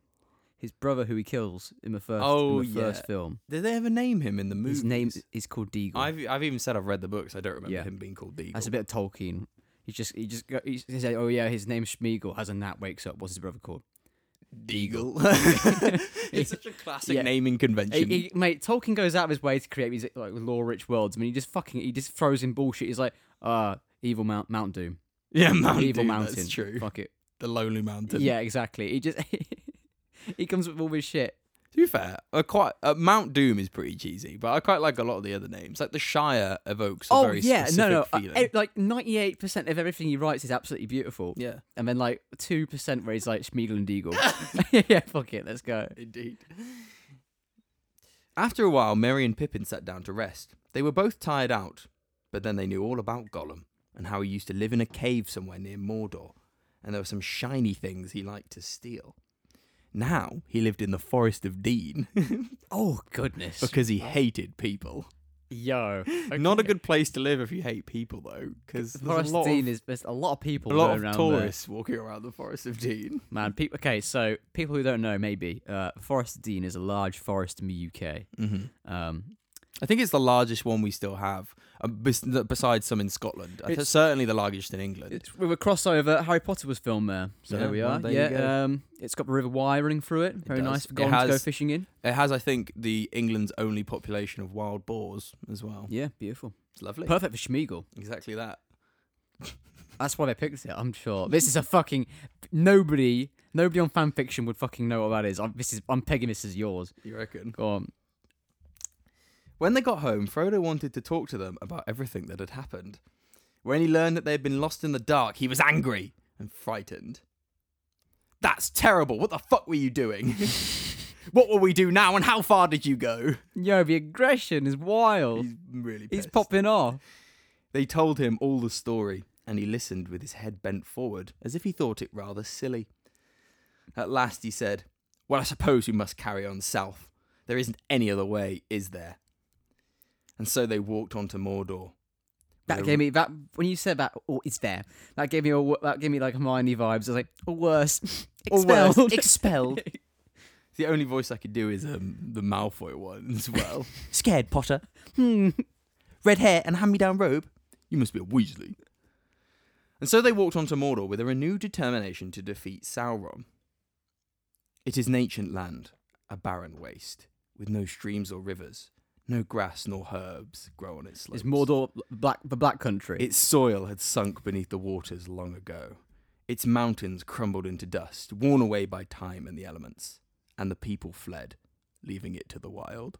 [SPEAKER 2] His brother, who he kills in the first
[SPEAKER 1] Oh,
[SPEAKER 2] in the first
[SPEAKER 1] yeah.
[SPEAKER 2] film.
[SPEAKER 1] Did they ever name him in the movie?
[SPEAKER 2] His name is called Deagle.
[SPEAKER 1] I've I've even said I've read the books. I don't remember
[SPEAKER 2] Yeah.
[SPEAKER 1] him being called Deagle.
[SPEAKER 2] That's a bit of Tolkien. He just he just go- he said, "Oh yeah, his name's Schmeagol." As a gnat wakes up, what's his brother called?
[SPEAKER 1] Deagle. it's such a classic
[SPEAKER 2] Yeah. E-
[SPEAKER 1] naming
[SPEAKER 2] He,
[SPEAKER 1] convention.
[SPEAKER 2] he- mate, Tolkien goes out of his way to create these like lore-rich worlds. I mean, he just fucking he just throws in bullshit. He's like, "Uh, evil Mount Mount Doom,
[SPEAKER 1] yeah, Mount
[SPEAKER 2] evil
[SPEAKER 1] Doom,
[SPEAKER 2] mountain."
[SPEAKER 1] That's true.
[SPEAKER 2] Fuck it.
[SPEAKER 1] The Lonely Mountain.
[SPEAKER 2] Yeah, exactly. He just he comes up with all this shit.
[SPEAKER 1] To be fair, uh, quite uh, Mount Doom is pretty cheesy, but I quite like a lot of the other names. Like the Shire evokes a
[SPEAKER 2] oh
[SPEAKER 1] very
[SPEAKER 2] yeah, no,
[SPEAKER 1] specific
[SPEAKER 2] no. uh,
[SPEAKER 1] feeling.
[SPEAKER 2] eh, like ninety-eight percent of everything he writes is absolutely beautiful,
[SPEAKER 1] yeah,
[SPEAKER 2] and then like two percent where he's like Schmeagol and Deagle. yeah, fuck it, let's go.
[SPEAKER 1] indeed. After a while, Merry and Pippin sat down to rest. They were both tired out, but then they knew all about Gollum and how he used to live in a cave somewhere near Mordor, and there were some shiny things he liked to steal. Now he lived in the Forest of Dean
[SPEAKER 2] Oh goodness.
[SPEAKER 1] because he hated people.
[SPEAKER 2] Yo,
[SPEAKER 1] Not a good place to live if you hate people, though, because there's
[SPEAKER 2] Forest
[SPEAKER 1] a lot
[SPEAKER 2] Dean
[SPEAKER 1] of
[SPEAKER 2] is there's a lot of people.
[SPEAKER 1] a lot
[SPEAKER 2] going
[SPEAKER 1] of
[SPEAKER 2] around
[SPEAKER 1] tourists walking around the Forest of Dean.
[SPEAKER 2] there. man. People. Okay, so people who don't know, maybe uh, Forest Dean is a large forest in the UK.
[SPEAKER 1] Mm-hmm.
[SPEAKER 2] Um,
[SPEAKER 1] I think it's the largest one we still have, uh, bes- besides some in Scotland. I th-
[SPEAKER 2] It's-
[SPEAKER 1] certainly the largest in England.
[SPEAKER 2] it's with a crossover. Harry Potter was filmed there, so
[SPEAKER 1] Yeah,
[SPEAKER 2] there we
[SPEAKER 1] well,
[SPEAKER 2] are.
[SPEAKER 1] there you
[SPEAKER 2] yeah,
[SPEAKER 1] go.
[SPEAKER 2] um, it's got the River Wye running through it. Very
[SPEAKER 1] does.
[SPEAKER 2] nice for
[SPEAKER 1] It
[SPEAKER 2] Gollum to go
[SPEAKER 1] has-
[SPEAKER 2] fishing in.
[SPEAKER 1] It has, I think, the England's only population of wild boars as well.
[SPEAKER 2] Yeah, beautiful.
[SPEAKER 1] It's Oh. lovely.
[SPEAKER 2] Perfect for Schmeagol.
[SPEAKER 1] exactly that.
[SPEAKER 2] That's why they picked it. I'm sure. This is a fucking nobody. Nobody on fan fiction would fucking know what that is. I'm, this is. I'm pegging this as yours.
[SPEAKER 1] You reckon?
[SPEAKER 2] Go on.
[SPEAKER 1] When they got home, Frodo wanted to talk to them about everything that had happened. When he learned that they had been lost in the dark, he was angry and frightened. That's terrible. What the fuck were you doing? what will we do now and how far did you go?
[SPEAKER 2] Yo, the aggression is wild.
[SPEAKER 1] He's really
[SPEAKER 2] He's
[SPEAKER 1] pissed.
[SPEAKER 2] popping off.
[SPEAKER 1] They told him all the story, and he listened with his head bent forward, as if he thought it rather silly. At last he said, Well, I suppose we must carry on south. There isn't any other way, is there? And so they walked on to Mordor.
[SPEAKER 2] That
[SPEAKER 1] Where-
[SPEAKER 2] gave me that when you said that. Oh, it's there. That gave me a, wo- that gave me like Hermione vibes. I was like, or worse,
[SPEAKER 1] Or worse,
[SPEAKER 2] expelled, expelled,
[SPEAKER 1] The only voice I could do is um, the Malfoy one as well.
[SPEAKER 2] scared Potter. Hmm.
[SPEAKER 1] Red hair and hand me down robe? You must be a Weasley. And so they walked on to Mordor with a renewed determination to defeat Sauron. It is an ancient land, a barren waste, with no streams or rivers, no grass nor herbs grow on its slopes.
[SPEAKER 2] It's Mordor, black the Black Country.
[SPEAKER 1] Its soil had sunk beneath the waters long ago. Its mountains crumbled into dust, worn away by time and the elements. And the people fled, leaving it to the wild.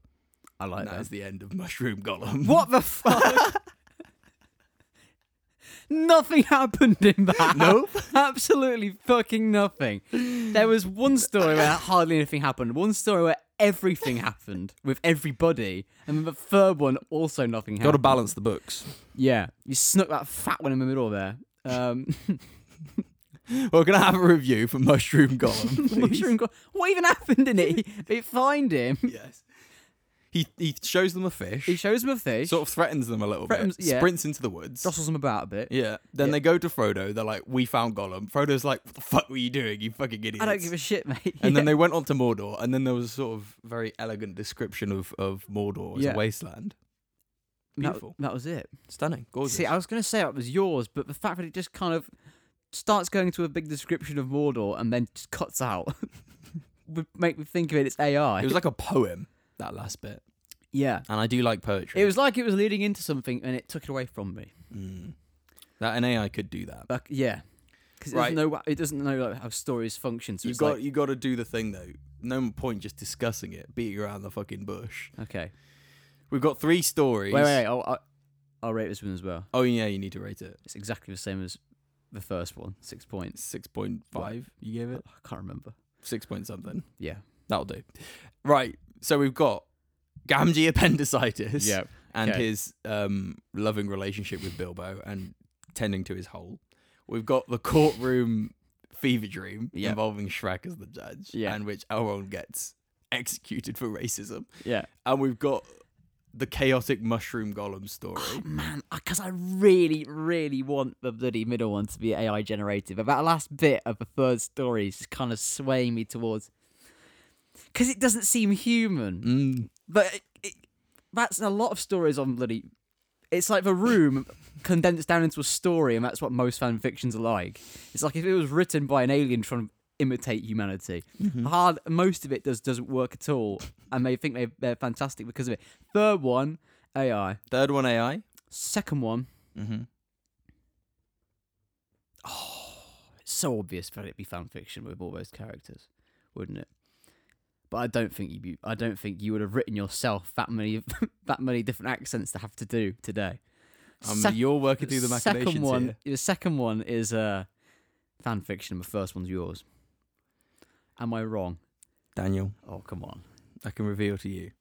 [SPEAKER 2] I like
[SPEAKER 1] And that is the end of Mushroom Gollum.
[SPEAKER 2] What the fuck? nothing happened in that.
[SPEAKER 1] Nope.
[SPEAKER 2] absolutely fucking nothing. There was one story where hardly anything happened. One story where everything happened with everybody, and then the third one also nothing happened.
[SPEAKER 1] Got to balance the books.
[SPEAKER 2] Yeah, you snuck that fat one in the middle there. Um,
[SPEAKER 1] We're gonna have a review for Mushroom Gollum. please.
[SPEAKER 2] Mushroom God. What even happened in it? They find him.
[SPEAKER 1] Yes. He he shows them a fish.
[SPEAKER 2] He shows him a fish,
[SPEAKER 1] sort of threatens them a little
[SPEAKER 2] Threatens-
[SPEAKER 1] bit.
[SPEAKER 2] yeah.
[SPEAKER 1] Sprints into the woods.
[SPEAKER 2] jostles him about a bit.
[SPEAKER 1] yeah. Then
[SPEAKER 2] Yeah.
[SPEAKER 1] they go to Frodo. They're like, "We found Gollum." Frodo's like, "What the fuck were you doing? You fucking idiots!"
[SPEAKER 2] I don't give a shit, mate.
[SPEAKER 1] and then they went on to Mordor, and then there was a sort of very elegant description of, of Mordor as
[SPEAKER 2] Yeah.
[SPEAKER 1] a wasteland.
[SPEAKER 2] That-
[SPEAKER 1] Beautiful.
[SPEAKER 2] That, was it.
[SPEAKER 1] Stunning, gorgeous.
[SPEAKER 2] See, I was going to say that was yours, but the fact that it just kind of starts going to a big description of Mordor and then just cuts out would make me think of it. It's AI.
[SPEAKER 1] it was like a poem that last bit,
[SPEAKER 2] yeah.
[SPEAKER 1] and I do like poetry.
[SPEAKER 2] It was like it was leading into something and it took it away from me.
[SPEAKER 1] Mm. that an AI could do that.
[SPEAKER 2] But yeah, because it
[SPEAKER 1] Right.
[SPEAKER 2] doesn't know it doesn't know like, how stories function. So
[SPEAKER 1] you
[SPEAKER 2] it's
[SPEAKER 1] got
[SPEAKER 2] like,
[SPEAKER 1] you got to do the thing though. No point just discussing it, beating around the fucking bush.
[SPEAKER 2] okay.
[SPEAKER 1] We've got three stories.
[SPEAKER 2] Wait, wait, wait. I'll, I'll, I'll rate this one as well.
[SPEAKER 1] Oh yeah, you need to rate it.
[SPEAKER 2] It's exactly the same as the first one. Six points.
[SPEAKER 1] Six point five. You gave
[SPEAKER 2] I
[SPEAKER 1] it
[SPEAKER 2] can't remember.
[SPEAKER 1] six point something.
[SPEAKER 2] Yeah.
[SPEAKER 1] That'll do. Right. So we've got Gamgee appendicitis. and
[SPEAKER 2] Okay.
[SPEAKER 1] his um, loving relationship with Bilbo and tending to his hole. We've got the courtroom fever dream
[SPEAKER 2] Yep.
[SPEAKER 1] involving Shrek as the judge,
[SPEAKER 2] Yeah.
[SPEAKER 1] and which Elrond gets executed for racism.
[SPEAKER 2] Yeah.
[SPEAKER 1] And we've got the chaotic mushroom golem story.
[SPEAKER 2] Man, because I really, really want the bloody middle one to be AI generated, but that last bit of the third story is kind of swaying me towards. Because it doesn't seem human.
[SPEAKER 1] Mm.
[SPEAKER 2] But it, it, that's a lot of stories on bloody. It's like the room condensed down into a story, and that's what most fan fictions are like. It's like if it was written by an alien trying to imitate humanity.
[SPEAKER 1] Mm.
[SPEAKER 2] Hard, most of it does doesn't work at all, and they think they they're fantastic because of it. Third one, AI.
[SPEAKER 1] Third one AI.
[SPEAKER 2] Second one,
[SPEAKER 1] Mm-hmm.
[SPEAKER 2] it's so obvious that it'd be fan fiction with all those characters, wouldn't it? But I don't think you would I don't think you would have written yourself that many that many different accents to have to do today.
[SPEAKER 1] Um,
[SPEAKER 2] Sec-
[SPEAKER 1] you're working through the machinations
[SPEAKER 2] second one,
[SPEAKER 1] here.
[SPEAKER 2] The second one is uh, fan fiction. The first one's yours. Am I wrong?
[SPEAKER 1] Daniel,
[SPEAKER 2] Oh come on!
[SPEAKER 1] I can reveal to you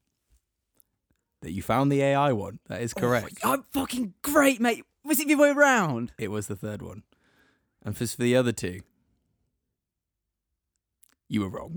[SPEAKER 1] that you found the AI one. That is correct.
[SPEAKER 2] Oh, I'm fucking great, mate. Was it the way round?
[SPEAKER 1] It was the third one. And as for the other two, you were wrong.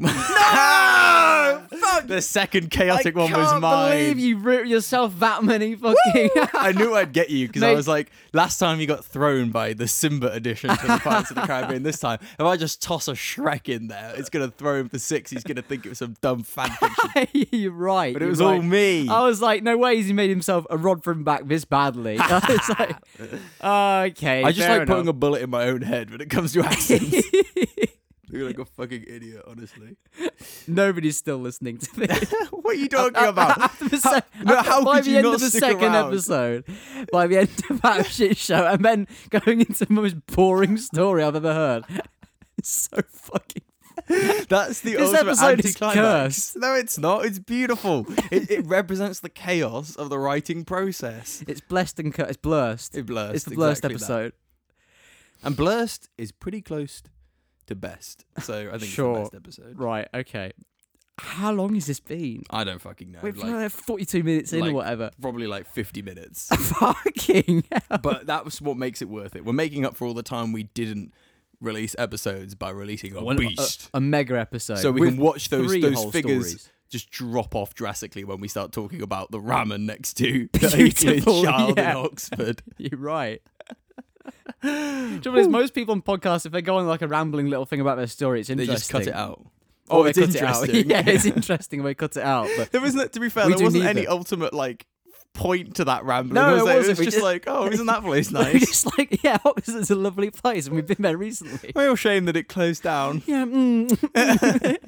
[SPEAKER 2] No! Fuck!
[SPEAKER 1] the second chaotic
[SPEAKER 2] I
[SPEAKER 1] one
[SPEAKER 2] can't
[SPEAKER 1] was mine.
[SPEAKER 2] believe you wrote yourself that many fucking.
[SPEAKER 1] I knew I'd get you because I
[SPEAKER 2] Mate.
[SPEAKER 1] was like, last time you got thrown by the Simba edition to the Pirates of the Caribbean. This time, if I just toss a Shrek in there, it's gonna throw him for six. He's gonna think it was some dumb fan fiction.
[SPEAKER 2] you're "Oh, right.
[SPEAKER 1] But it was all me.
[SPEAKER 2] I was like, no ways he made himself a rod from back this badly. I was like, okay.
[SPEAKER 1] I just like putting a bullet in my own head when it comes to accents. You're like a fucking idiot, honestly.
[SPEAKER 2] Nobody's still listening to this.
[SPEAKER 1] what are you talking about?
[SPEAKER 2] After the se-
[SPEAKER 1] no,
[SPEAKER 2] after-
[SPEAKER 1] how
[SPEAKER 2] by
[SPEAKER 1] could
[SPEAKER 2] the
[SPEAKER 1] you
[SPEAKER 2] end
[SPEAKER 1] not
[SPEAKER 2] of the
[SPEAKER 1] stick
[SPEAKER 2] second
[SPEAKER 1] around?
[SPEAKER 2] episode, by the end of that shit show, and then going into the most boring story I've ever heard. It's so fucking.
[SPEAKER 1] That's the
[SPEAKER 2] This
[SPEAKER 1] ultimate
[SPEAKER 2] episode is
[SPEAKER 1] anticlimax. No, it's not. It's beautiful. it, it represents the chaos of the writing process.
[SPEAKER 2] It's blessed and cut. It's blurst.
[SPEAKER 1] It blurst.
[SPEAKER 2] it's the blurst
[SPEAKER 1] exactly that.
[SPEAKER 2] episode.
[SPEAKER 1] And blurst is pretty close to best. So I think
[SPEAKER 2] Sure.
[SPEAKER 1] it's the best episode.
[SPEAKER 2] Right. Okay. How long has this been?
[SPEAKER 1] I don't fucking know.
[SPEAKER 2] We've
[SPEAKER 1] like,
[SPEAKER 2] like, 42 minutes in
[SPEAKER 1] like-
[SPEAKER 2] or whatever.
[SPEAKER 1] probably like 50 minutes.
[SPEAKER 2] Fucking hell.
[SPEAKER 1] but that was what makes it worth it. We're making up for all the time we didn't release episodes by releasing a beast.
[SPEAKER 2] A, a mega episode.
[SPEAKER 1] so we can
[SPEAKER 2] with
[SPEAKER 1] watch those
[SPEAKER 2] uh, three
[SPEAKER 1] those
[SPEAKER 2] whole
[SPEAKER 1] figures
[SPEAKER 2] stories.
[SPEAKER 1] just drop off drastically when we start talking about the ramen next to the Euclid
[SPEAKER 2] Beautiful,
[SPEAKER 1] child
[SPEAKER 2] yeah.
[SPEAKER 1] in Oxford.
[SPEAKER 2] You're right. Trouble is, most people on podcasts, if they go on like a rambling little thing about their story, it's
[SPEAKER 1] They
[SPEAKER 2] interesting.
[SPEAKER 1] just cut it out. Oh,
[SPEAKER 2] Or Oh, they cut it out. yeah, it's interesting. when They cut it out, but
[SPEAKER 1] There wasn't, to be fair,
[SPEAKER 2] We
[SPEAKER 1] there
[SPEAKER 2] do
[SPEAKER 1] wasn't
[SPEAKER 2] need
[SPEAKER 1] any
[SPEAKER 2] it.
[SPEAKER 1] ultimate like point to that rambling.
[SPEAKER 2] No,
[SPEAKER 1] was
[SPEAKER 2] it
[SPEAKER 1] there?
[SPEAKER 2] wasn't.
[SPEAKER 1] was
[SPEAKER 2] We
[SPEAKER 1] just,
[SPEAKER 2] just-
[SPEAKER 1] like, oh, isn't that place
[SPEAKER 2] we're
[SPEAKER 1] nice?
[SPEAKER 2] just like, yeah, Oxford's a lovely place, and we've been there recently.
[SPEAKER 1] Real shame that it closed down.
[SPEAKER 2] Yeah, mm.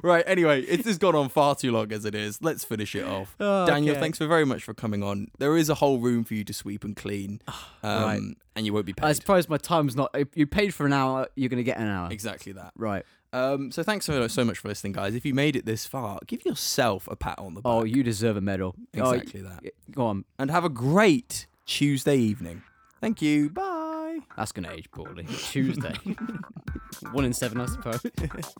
[SPEAKER 1] Right. Anyway, it has gone on far too long as it is. Let's finish it off.
[SPEAKER 2] Oh,
[SPEAKER 1] Daniel,
[SPEAKER 2] okay.
[SPEAKER 1] thanks for very much for coming on. There is a whole room for you to sweep and clean, um,
[SPEAKER 2] Right.
[SPEAKER 1] and you won't be paid.
[SPEAKER 2] I suppose my time's not. If you paid for an hour, you're gonna get an hour.
[SPEAKER 1] exactly that.
[SPEAKER 2] Right.
[SPEAKER 1] Um, so thanks so, so much for listening, guys. If you made it this far, give yourself a pat on the back.
[SPEAKER 2] Oh, you deserve a medal. Oh,
[SPEAKER 1] exactly that.
[SPEAKER 2] y- go on.
[SPEAKER 1] And have a great Tuesday evening. Thank you. Bye.
[SPEAKER 2] That's gonna age poorly. Tuesday. One in seven, I suppose.